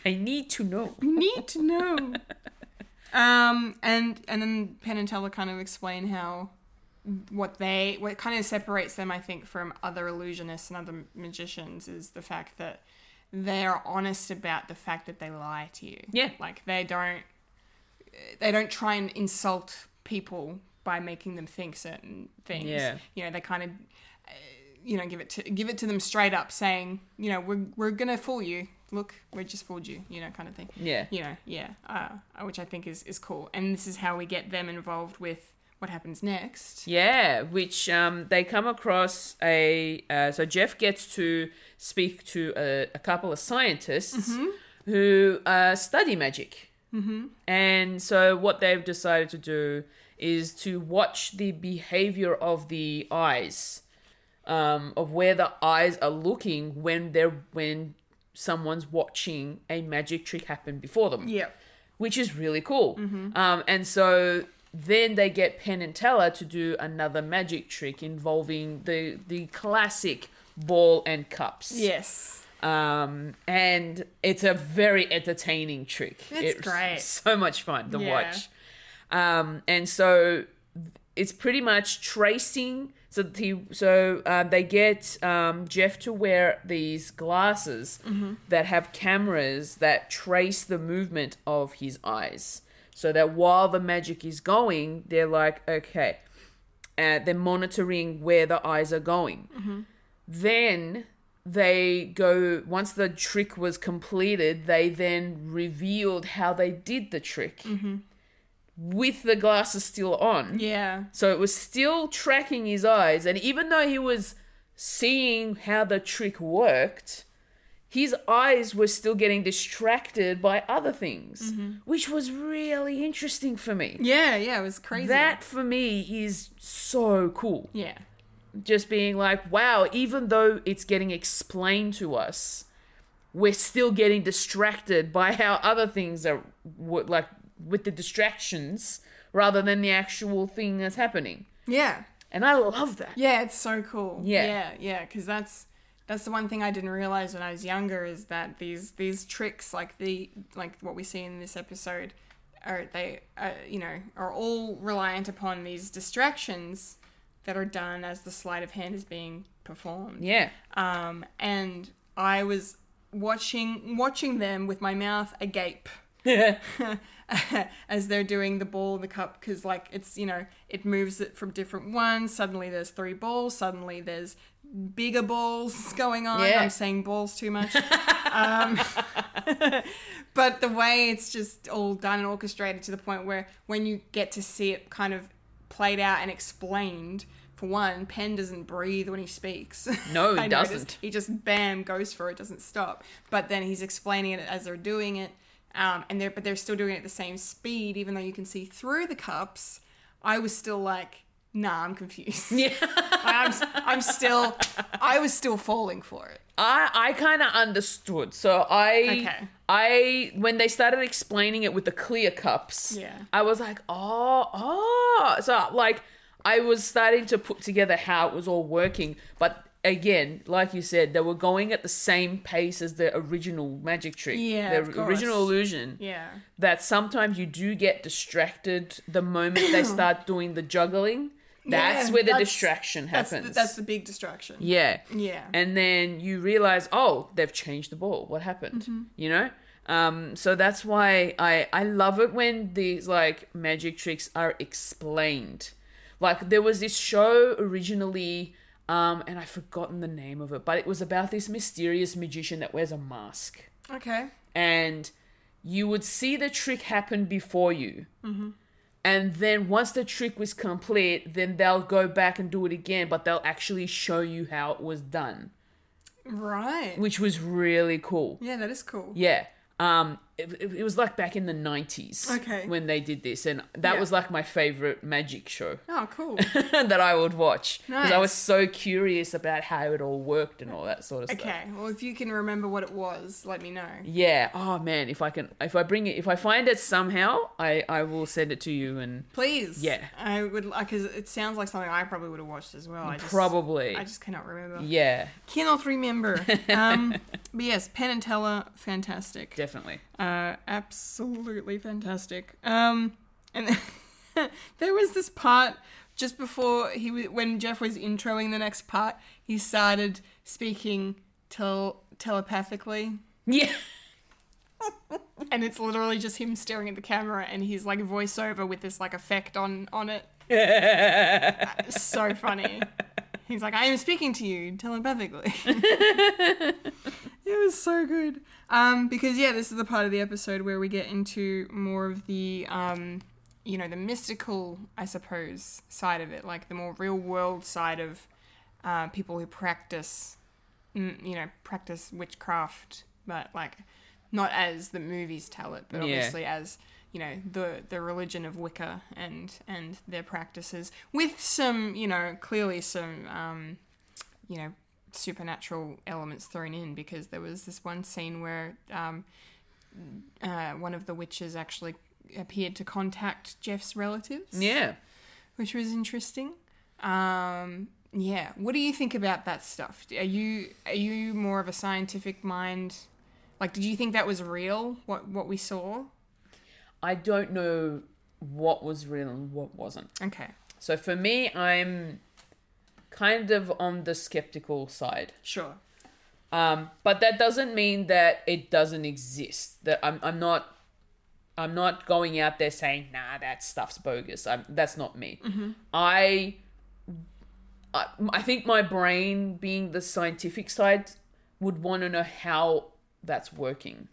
S2: I need to know.
S1: need to know. Um, and and then Penn and Teller kind of explain how what they what kind of separates them, I think, from other illusionists and other magicians is the fact that they are honest about the fact that they lie to you.
S2: Yeah.
S1: like they don't they don't try and insult people by making them think certain things.
S2: Yeah.
S1: you know they kind of. uh, You know, give it to give it to them straight up, saying, you know, we're we're gonna fool you. look, we just fooled you, you know, kind of thing.
S2: Yeah.
S1: You know, yeah, uh, which I think is is cool. And this is how we get them involved with what happens next.
S2: Yeah, which um, they come across a. Uh, so Jeff gets to speak to a, a couple of scientists who uh, study magic. Mm-hmm. And so what they've decided to do is to watch the behavior of the eyes, um, of where the eyes are looking when they're when someone's watching a magic trick happen before them
S1: Yeah.
S2: which is really cool. Um, and so then they get Penn and Teller to do another magic trick involving the the classic ball and cups.
S1: Yes.
S2: Um, and it's a very entertaining trick.
S1: It's great.
S2: So much fun to
S1: Yeah.
S2: watch. Um, and so it's pretty much tracing. So he, so uh, they get um, Jeff to wear these glasses
S1: Mm-hmm.
S2: that have cameras that trace the movement of his eyes, so that while the magic is going, they're like, okay, uh, they're monitoring where the eyes are going.
S1: Mm-hmm.
S2: Then they go once the trick was completed, they then revealed how they did the trick with the glasses still on.
S1: Mm-hmm. Yeah.
S2: So it was still tracking his eyes, and even though he was seeing how the trick worked, his eyes were still getting distracted by other things, which was really interesting for me.
S1: Mm-hmm. Yeah, yeah, it was crazy.
S2: That for me is so cool.
S1: yeah.
S2: Just being like, wow, even though it's getting explained to us, we're still getting distracted by how other things are, w- like, with the distractions rather than the actual thing that's happening.
S1: Yeah.
S2: And I love that.
S1: Yeah, it's so cool.
S2: Yeah.
S1: yeah, yeah. Because that's that's the one thing I didn't realize when I was younger is that these these tricks, like the like what we see in this episode, are they uh, you know are all reliant upon these distractions that are done as the sleight of hand is being performed.
S2: Yeah.
S1: Um, and I was watching watching them with my mouth agape. as they're doing the ball and the cup because like it's you know it moves it from different ones suddenly there's three balls suddenly there's bigger balls going on
S2: Yeah.
S1: i'm saying balls too much um, but the way it's just all done and orchestrated to the point where when you get to see it kind of played out and explained for one penn doesn't breathe when he speaks
S2: No, he
S1: I
S2: doesn't.
S1: he just bam goes for it, doesn't stop. But then he's explaining it as they're doing it, um, and they're but they're still doing it at the same speed, even though you can see through the cups. I was still like, nah, I'm confused. Yeah, I'm, I'm still, I was still falling for it.
S2: I I kind of understood. So I
S1: Okay.
S2: I when they started explaining it with the clear cups,
S1: Yeah.
S2: I was like, "Oh, oh." So like I was starting to put together how it was all working, but again, like you said, they were going at the same pace as the original magic trick,
S1: Yeah,
S2: the
S1: of course.
S2: original illusion.
S1: Yeah,
S2: That sometimes you do get distracted the moment they start doing the juggling. That's
S1: Yeah,
S2: where the
S1: that's-
S2: distraction
S1: that's the,
S2: happens.
S1: that's the big distraction.
S2: Yeah.
S1: Yeah.
S2: And then you realize, oh, they've changed the ball. What happened? You know? Um, so that's why I, I love it when these like magic tricks are explained. Like there was this show originally, um, and I've forgotten the name of it, but it was about this mysterious magician that wears a mask
S1: Okay.
S2: and you would see the trick happen before you.
S1: Mm-hmm.
S2: And then once the trick was complete, then they'll go back and do it again, but they'll actually show you how it was done,
S1: Right.
S2: which was really cool.
S1: Yeah, that is cool.
S2: Yeah. Um, it, it- it was like back in the 90s
S1: Okay.
S2: when they did this, and that
S1: Yeah.
S2: was like my favorite magic show
S1: Oh, cool.
S2: that I would watch because I
S1: Nice.
S2: was so curious about how it all worked and all that sort of stuff.
S1: Okay. Well, if you can remember what it was, let me know.
S2: Yeah. Oh man, if I can, if I bring it, if I find it somehow, I I will send it to you and
S1: Please.
S2: Yeah.
S1: I would because it sounds like something I probably would have watched as well. I just,
S2: probably.
S1: I just cannot remember.
S2: yeah,
S1: Cannot remember. Um, but yes, Penn and Teller, fantastic.
S2: definitely.
S1: Uh, absolutely fantastic. Um, and there was this part just before he w- when Jeff was introing the next part, he started speaking tel- telepathically.
S2: Yeah.
S1: and it's literally just him staring at the camera and he's like voiceover with this like effect on on it so funny he's like i am speaking to you telepathically It was so good. Um, because yeah, this is the part of the episode where we get into more of the um, you know, the mystical, I suppose, side of it, like the more real world side of uh, people who practice, mm, you know, practice witchcraft, but like not as the movies tell it, but
S2: Yeah.
S1: obviously as you know the the religion of Wicca and and their practices, with some you know clearly some um, you know supernatural elements thrown in because there was this one scene where um, uh, one of the witches actually appeared to contact Jeff's relatives,
S2: Yeah.
S1: which was interesting. Um, yeah, what do you think about that stuff? Are you are you more of a scientific mind? Like, did you think that was real? What what we saw?
S2: I don't know what was real and what wasn't.
S1: Okay,
S2: So for me, I'm kind of on the skeptical side.
S1: sure.
S2: Um, but that doesn't mean that it doesn't exist. That I'm, I'm not, I'm not going out there saying, nah, that stuff's bogus. I'm, that's not me. I, I, I think my brain, being the scientific side, would want to know how that's working.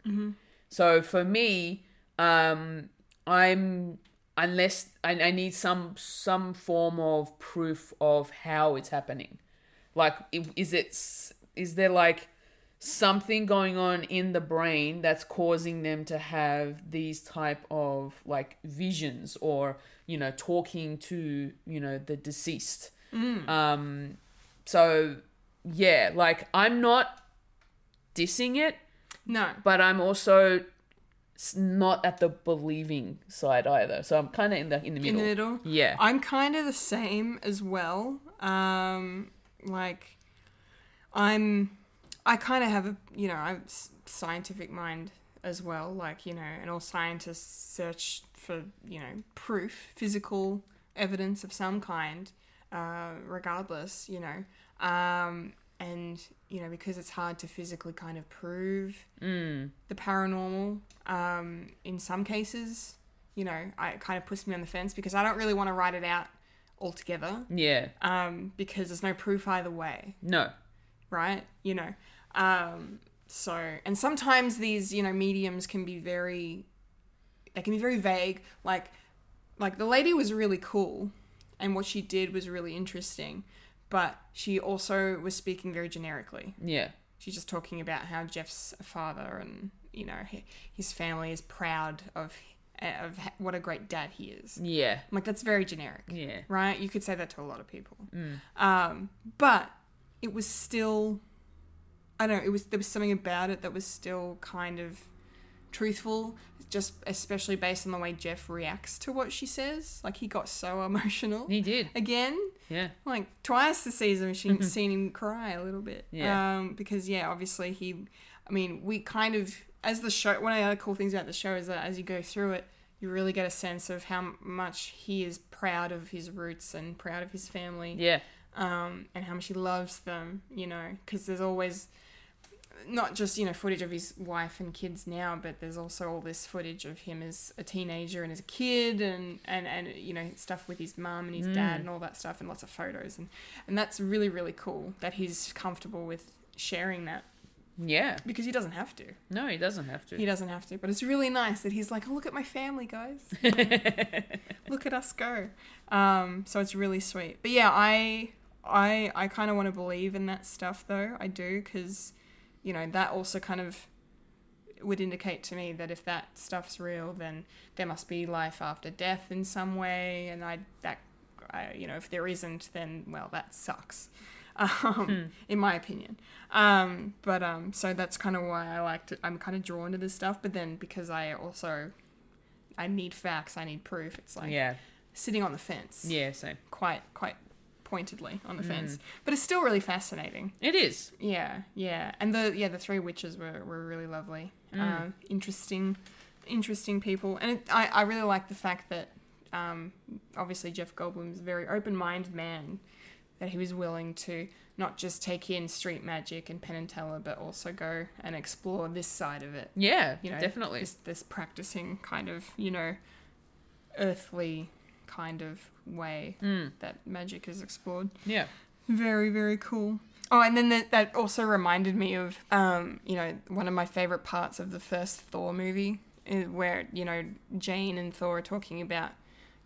S2: So for me, um, I'm unless I, I need some some form of proof of how it's happening. Like, i- is it s- is there like something going on in the brain that's causing them to have these type of like visions or you know talking to you know the deceased.
S1: Mm.
S2: Um, so yeah, like I'm not dissing it
S1: No,
S2: but I'm also s- not at the believing side either. So I'm kind of in the in the
S1: in
S2: middle.
S1: the middle.
S2: Yeah.
S1: I'm kind of the same as well. Um, like, I'm, I kind of have a, you know, I'm s- scientific mind as well. Like, you know, and all scientists search for, you know, proof, physical evidence of some kind, uh, regardless, you know. Um, and you know, because it's hard to physically kind of prove the paranormal um, in some cases you know I, it kind of puts me on the fence because i don't really want to write it out altogether
S2: yeah.
S1: um, because there's no proof either way
S2: No.
S1: right you know um, so and sometimes these you know mediums can be very they can be very vague like like the lady was really cool and what she did was really interesting but she also was speaking very generically
S2: Yeah.
S1: she's just talking about how Jeff's a father and you know hi- his family is proud of of h- what a great dad he is. I'm
S2: Yeah.
S1: like that's very generic,
S2: Yeah.
S1: right? You could say that to a lot of people, um, but it was still I don't know. It was there was something about it that was still kind of truthful, just especially based on the way Jeff reacts to what she says. Like he got so emotional
S2: He did.
S1: again
S2: Yeah.
S1: like twice this season we've seen, seen him cry a little bit
S2: Yeah.
S1: um because yeah obviously he i mean we kind of as the show one of the other cool things about the show is that as you go through it you really get a sense of how m- much he is proud of his roots and proud of his family
S2: Yeah.
S1: um, and how much he loves them, you know, because there's always not just, you know, footage of his wife and kids now, but there's also all this footage of him as a teenager and as a kid and, and, and you know, stuff with his mum and his dad and all that stuff and lots of photos. And, and that's really, really cool that he's comfortable with sharing that
S2: Yeah.
S1: because he doesn't have to.
S2: No, he doesn't have to.
S1: He doesn't have to, but it's really nice that he's like, oh, look at my family, guys. look at us go. Um, so it's really sweet. But yeah, I, I, I kind of want to believe in that stuff though. I do because, you know, that also kind of would indicate to me that if that stuff's real, then there must be life after death in some way, and I that, I, you know, if there isn't, then well, that sucks. Um, In my opinion, um, but um, so that's kind of why I like to. I'm kind of drawn to this stuff, but then because I also, I need facts, I need proof. It's like
S2: Yeah.
S1: sitting on the fence,
S2: Yeah. So
S1: quite quite pointedly on the fence, but it's still really fascinating.
S2: it is.
S1: Yeah, yeah, and the yeah the three witches were were really lovely, um, interesting, interesting people, and it, I I really like the fact that um, obviously Jeff Goldblum's a very open minded man, that he was willing to not just take in street magic and Penn and Teller, but also go and explore this side of it.
S2: Yeah.
S1: You know,
S2: definitely.
S1: this, this practicing kind of you know earthly kind of way that magic is explored.
S2: Mm. Yeah.
S1: Very very cool. Oh, and then the, that also reminded me of, um, you know, one of my favorite parts of the first Thor movie, is where you know Jane and Thor are talking about,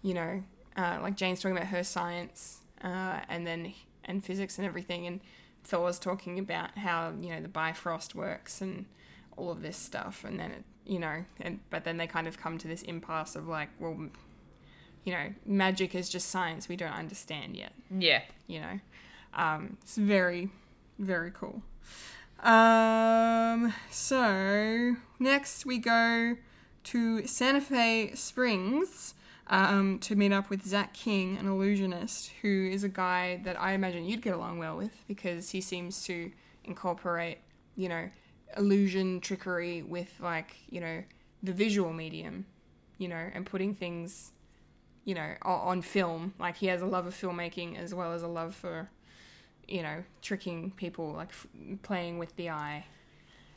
S1: you know, uh, like Jane's talking about her science, uh, and then and physics and everything, and Thor's talking about how you know the Bifrost works and all of this stuff, and then it, you know, and but then they kind of come to this impasse of like, well, you know, magic is just science we don't understand yet
S2: Yeah.
S1: you know. Um, it's very, very cool. Um, so next we go to Santa Fe Springs um, to meet up with Zach King, an illusionist, who is a guy that I imagine you'd get along well with because he seems to incorporate, you know, illusion trickery with like, you know, the visual medium, you know, and putting things you know, o- on film. Like he has a love of filmmaking as well as a love for, you know, tricking people, like f- playing with the eye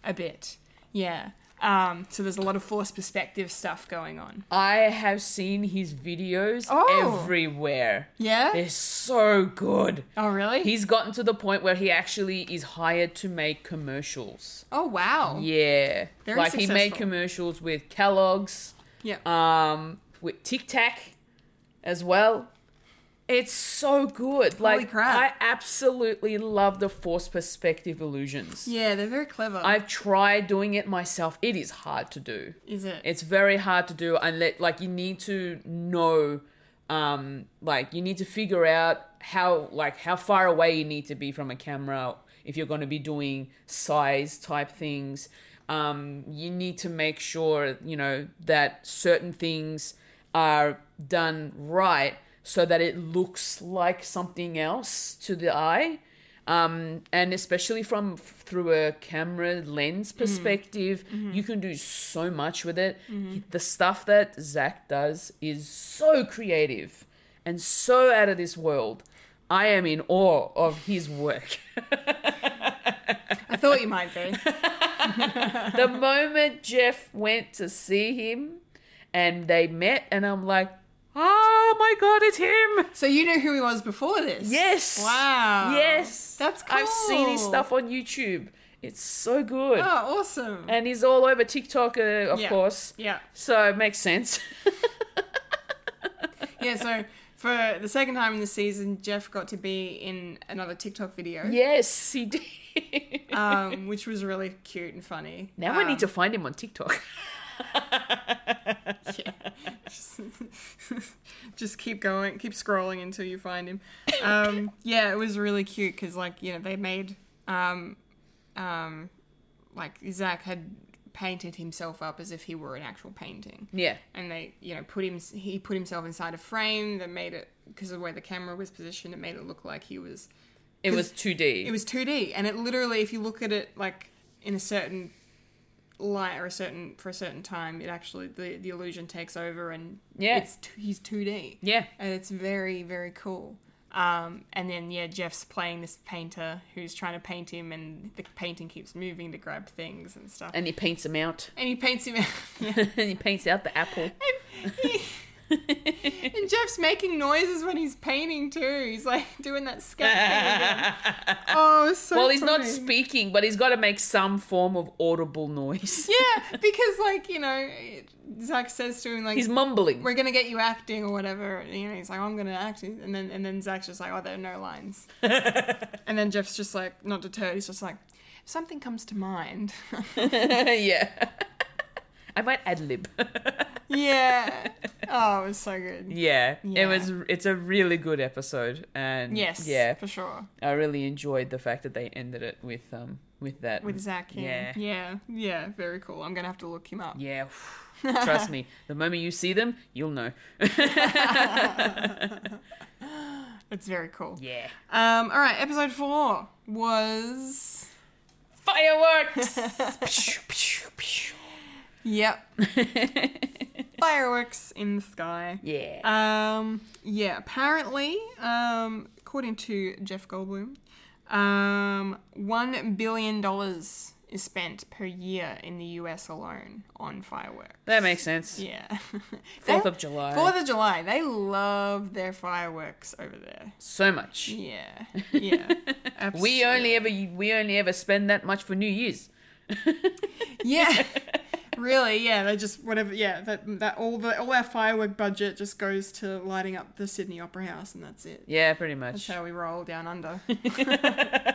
S1: a bit. Yeah. Um, so there's a lot of forced perspective stuff going on.
S2: I have seen his videos
S1: Oh.
S2: everywhere.
S1: Yeah.
S2: They're so good.
S1: Oh really?
S2: He's gotten to the point where he actually is hired to make commercials.
S1: oh wow.
S2: Yeah.
S1: Very
S2: like he made
S1: successful.
S2: commercials with Kellogg's,
S1: Yeah.
S2: um, with Tic Tac as well. It's so good. Like
S1: crap.
S2: I absolutely love the forced perspective illusions.
S1: Yeah, they're very clever.
S2: I've tried doing it myself. It is hard to do.
S1: Is it?
S2: It's very hard to do unless like you need to know um like you need to figure out how like how far away you need to be from a camera if you're going to be doing size type things. Um you need to make sure, you know, that certain things are done right so that it looks like something else to the eye um, and especially from through a camera lens
S1: Mm-hmm.
S2: perspective, you can do so much with it.
S1: Mm-hmm.
S2: The stuff that Zach does is so creative and so out of this world. I am in awe of his work.
S1: I thought you might be.
S2: the moment Jeff went to see him and they met, and I'm like, oh my god, it's him!
S1: So you knew who he was before this.
S2: Yes!
S1: Wow.
S2: Yes!
S1: That's cool.
S2: I've seen his stuff on YouTube. It's so good.
S1: Oh, awesome.
S2: and he's all over TikTok, uh, of
S1: Yeah.
S2: course.
S1: yeah.
S2: So it makes sense.
S1: Yeah. So for the second time in the season, Jeff got to be in another TikTok video.
S2: yes, he did.
S1: um, which was really cute and funny.
S2: now I
S1: um,
S2: need to find him on TikTok.
S1: yeah. just, just keep going, keep scrolling until you find him. Um, yeah, it was really cute because, like, you know, they made, um, um, like Zach had painted himself up as if he were an actual painting.
S2: yeah.
S1: and they you know put him he put himself inside a frame that made it because of the way the camera was positioned it made it look like he was
S2: It was
S1: it
S2: 2D.
S1: was 2d and it literally if you look at it like in a certain light or a certain for a certain time it actually the, the illusion takes over and
S2: Yeah.
S1: it's t- he's 2d
S2: yeah.
S1: and it's very very cool um, and then yeah jeff's playing this painter who's trying to paint him and the painting keeps moving to grab things and stuff
S2: And he paints him out.
S1: and he paints him yeah
S2: and he paints out the apple.
S1: And Jeff's making noises when he's painting too. He's like doing that sketch thing again. Oh, it's so
S2: Well, he's not
S1: funny.
S2: speaking, but he's got to make some form of audible noise.
S1: yeah, because like you know, Zach says to him like,
S2: He's mumbling.
S1: "We're gonna get you acting or whatever." And, you know, he's like, "Oh, "I'm gonna act," and then and then Zach's just like, "Oh, there are no lines." and then Jeff's just like not deterred. He's just like, "If something comes to mind."
S2: yeah. I might ad lib.
S1: yeah. Oh, it was so good.
S2: yeah,
S1: Yeah.
S2: It was. It's a really good episode, and
S1: Yes.
S2: yeah,
S1: For sure.
S2: I really enjoyed the fact that they ended it with um with that
S1: With Zach. Yeah. Yeah.
S2: Yeah.
S1: Yeah. Very cool. I'm gonna have to look him up.
S2: Yeah. Trust me, the moment you see them, you'll know.
S1: It's very cool.
S2: Yeah.
S1: Um, all right, episode four was.
S2: Fireworks!
S1: Yep. Fireworks in the sky.
S2: yeah.
S1: Um, yeah, apparently, um, according to Jeff Goldblum, um, $1 billion is spent per year in the US alone on fireworks.
S2: That makes sense.
S1: Yeah.
S2: Fourth
S1: They-
S2: of July.
S1: Fourth of July. They love their fireworks over there.
S2: So much.
S1: Yeah. Yeah.
S2: We only ever we only ever spend that much for New Year's.
S1: Yeah. Really, yeah, they just whatever, yeah. That that all the all our firework budget just goes to lighting up the Sydney Opera House, and that's it.
S2: Yeah, pretty
S1: That's
S2: much.
S1: how we roll down under.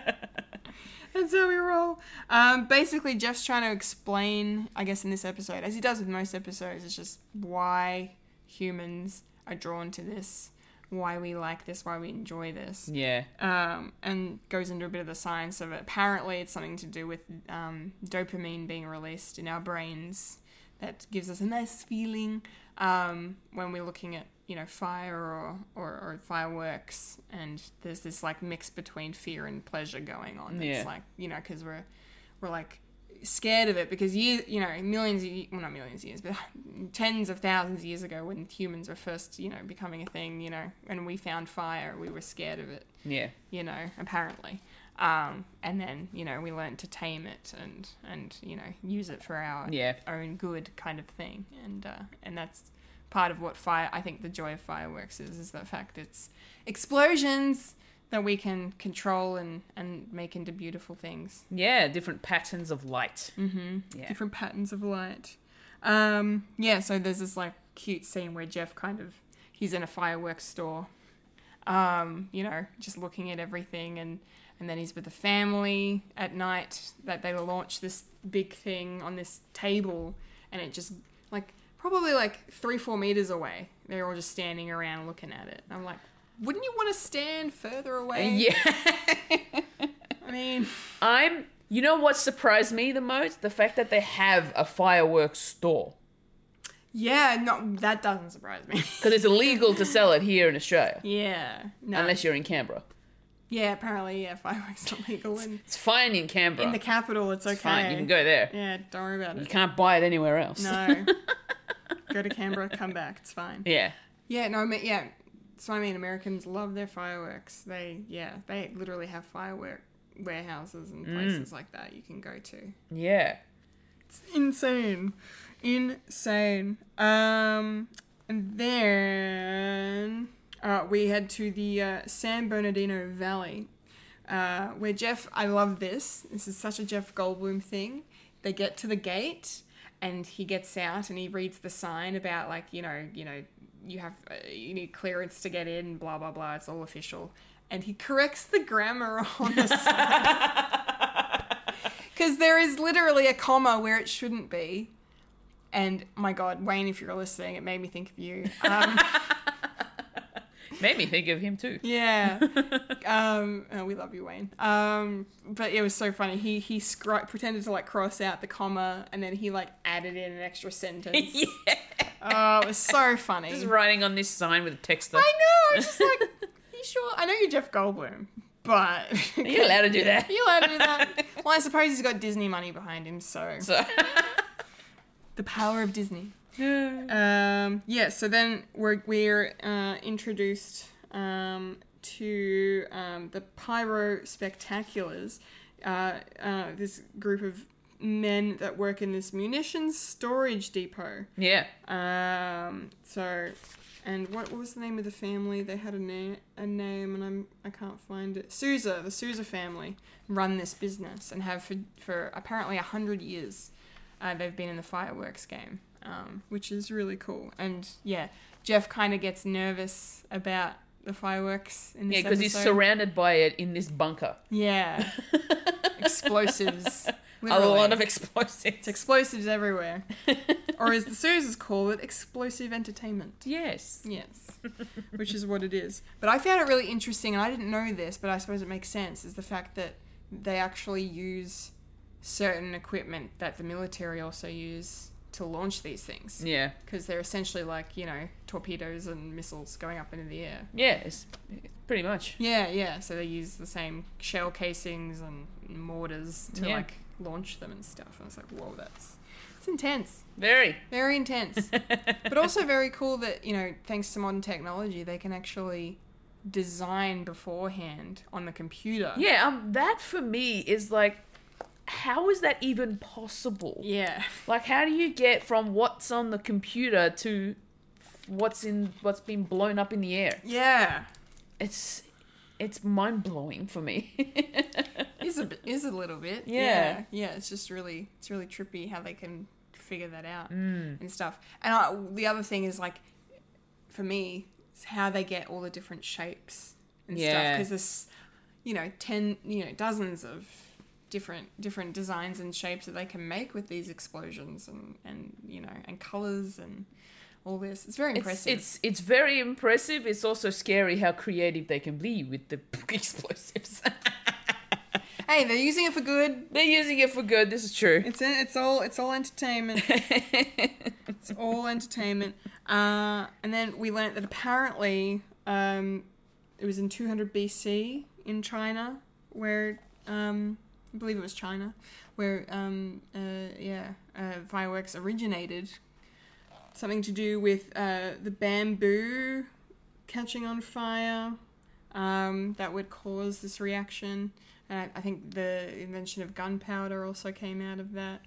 S1: That's how we roll. Um, basically, Jeff's trying to explain, I guess, in this episode, as he does with most episodes, it's just why humans are drawn to this, why we like this, why we enjoy this,
S2: Yeah.
S1: um, and goes into a bit of the science of it. Apparently, it's something to do with um, dopamine being released in our brains that gives us a nice feeling um, when we're looking at you know fire or, or or fireworks and there's this like mix between fear and pleasure going on
S2: Yeah.
S1: it's like you know because we're we're like scared of it because you you know millions of ye- well not millions of years but tens of thousands of years ago when humans were first you know becoming a thing you know and we found fire we were scared of it
S2: Yeah.
S1: you know, apparently. Um, and then, you know, we learned to tame it and, and you know, use it for our
S2: Yeah.
S1: own good kind of thing. And, uh, and that's part of what fire, I think the joy of fireworks is, is the fact it's explosions that we can control and, and make into beautiful things.
S2: Yeah, different patterns of light.
S1: Mm-hmm.
S2: Yeah.
S1: Different patterns of light. Um, yeah, so there's this like cute scene where Jeff kind of he's in a fireworks store, um, you know, just looking at everything, and and then he's with the family at night that they launch this big thing on this table, and it just like probably like three four meters away. They're all just standing around looking at it. I'm like, wouldn't you want to stand further away?
S2: Yeah.
S1: I mean,
S2: I'm. You know what surprised me the most? The fact that they have a fireworks store
S1: yeah, no, that doesn't surprise me.
S2: because it's illegal to sell it here in Australia
S1: yeah, no.
S2: unless you're in Canberra.
S1: Yeah, apparently, yeah, fireworks are legal in,
S2: It's fine in Canberra.
S1: in the capital. It's okay.
S2: It's fine. You can go there.
S1: Yeah, don't worry about
S2: You
S1: it.
S2: can't buy it anywhere else.
S1: No, go to Canberra, come back. It's fine.
S2: Yeah.
S1: Yeah, no, I mean, yeah. So I mean, Americans love their fireworks. They, yeah, they literally have firework warehouses and
S2: Mm.
S1: places like that you can go to.
S2: Yeah.
S1: insane insane um and then uh, we head to the uh, san bernardino valley uh, where jeff i love this this is such a jeff goldblum thing they get to the gate and he gets out and he reads the sign about like you know you know you have uh, you need clearance to get in blah blah blah it's all official and he corrects the grammar on the sign because there is literally a comma where it shouldn't be. And my God, Wayne, if you're listening, it made me think of you. Um,
S2: Made me think of him too.
S1: yeah, um, oh, we love you, Wayne. Um, but it was so funny. He he scri- pretended to like cross out the comma, and then he like added in an extra sentence.
S2: yeah.
S1: oh, it was so funny.
S2: Just writing on this sign with a
S1: I
S2: texter.
S1: know. I was just like, you sure? I know you're Jeff Goldblum, but
S2: Are you allowed to do that?
S1: you allowed to do that? Well, I suppose he's got Disney money behind him, so
S2: So-
S1: the power of Disney. Um, yeah, so then we're, we're uh, introduced um, to um, the Pyro Spectaculars, uh, uh, this group of men that work in this munitions storage depot.
S2: yeah.
S1: Um, so, and what, what was the name of the family? They had a, na- a name, and I'm I can't find it. Souza, the Souza family, run this business and have for for apparently a hundred years. Uh, they've been in the fireworks game, um, which is really cool. And yeah, Jeff kind of gets nervous about the fireworks in this
S2: Yeah, because he's
S1: episode.
S2: surrounded by it in this bunker.
S1: yeah, explosives.
S2: A lot
S1: literally.
S2: of explosives.
S1: It's explosives everywhere, or as the Souzas call it, explosive entertainment.
S2: yes.
S1: Yes, which is what it is. But I found it really interesting, and I didn't know this, but I suppose it makes sense, is the fact that they actually use certain equipment that the military also use to launch these things.
S2: Yeah.
S1: Because they're essentially like, you know, torpedoes and missiles going up into the air.
S2: Yeah. It's, it's pretty much.
S1: Yeah, yeah. So they use the same shell casings and mortars to
S2: Yeah.
S1: like launch them and stuff. And I was like, whoa, that's it's intense.
S2: Very.
S1: Very intense. but also very cool that, you know, thanks to modern technology, they can actually design beforehand on the computer.
S2: Yeah, um, that for me is like how is that even possible?
S1: Yeah.
S2: Like, how do you get from what's on the computer to what's in what's been blown up in the air?
S1: Yeah.
S2: It's it's mind blowing for me.
S1: Is a bit- is a little bit.
S2: Yeah.
S1: yeah. Yeah, It's just really it's really trippy how they can figure that out
S2: Mm.
S1: and stuff. And I, the other thing is like, for me, it's how they get all the different shapes and stuff
S2: Yeah.
S1: because there's, you know, ten, you know, dozens of different different designs and shapes that they can make with these explosions and and you know and colors and all this. It's very
S2: it's,
S1: impressive.
S2: it's it's very impressive. It's also scary how creative they can be with the explosives.
S1: hey, they're using it for good.
S2: They're using it for good. This is true.
S1: It's it's all it's all entertainment. it's all entertainment. Uh, and then we learnt that apparently um, it was in 200 BC in China, where um, I believe it was China, where um, uh, yeah uh, fireworks originated. Something to do with uh, the bamboo catching on fire um, that would cause this reaction. And I, I think the invention of gunpowder also came out of that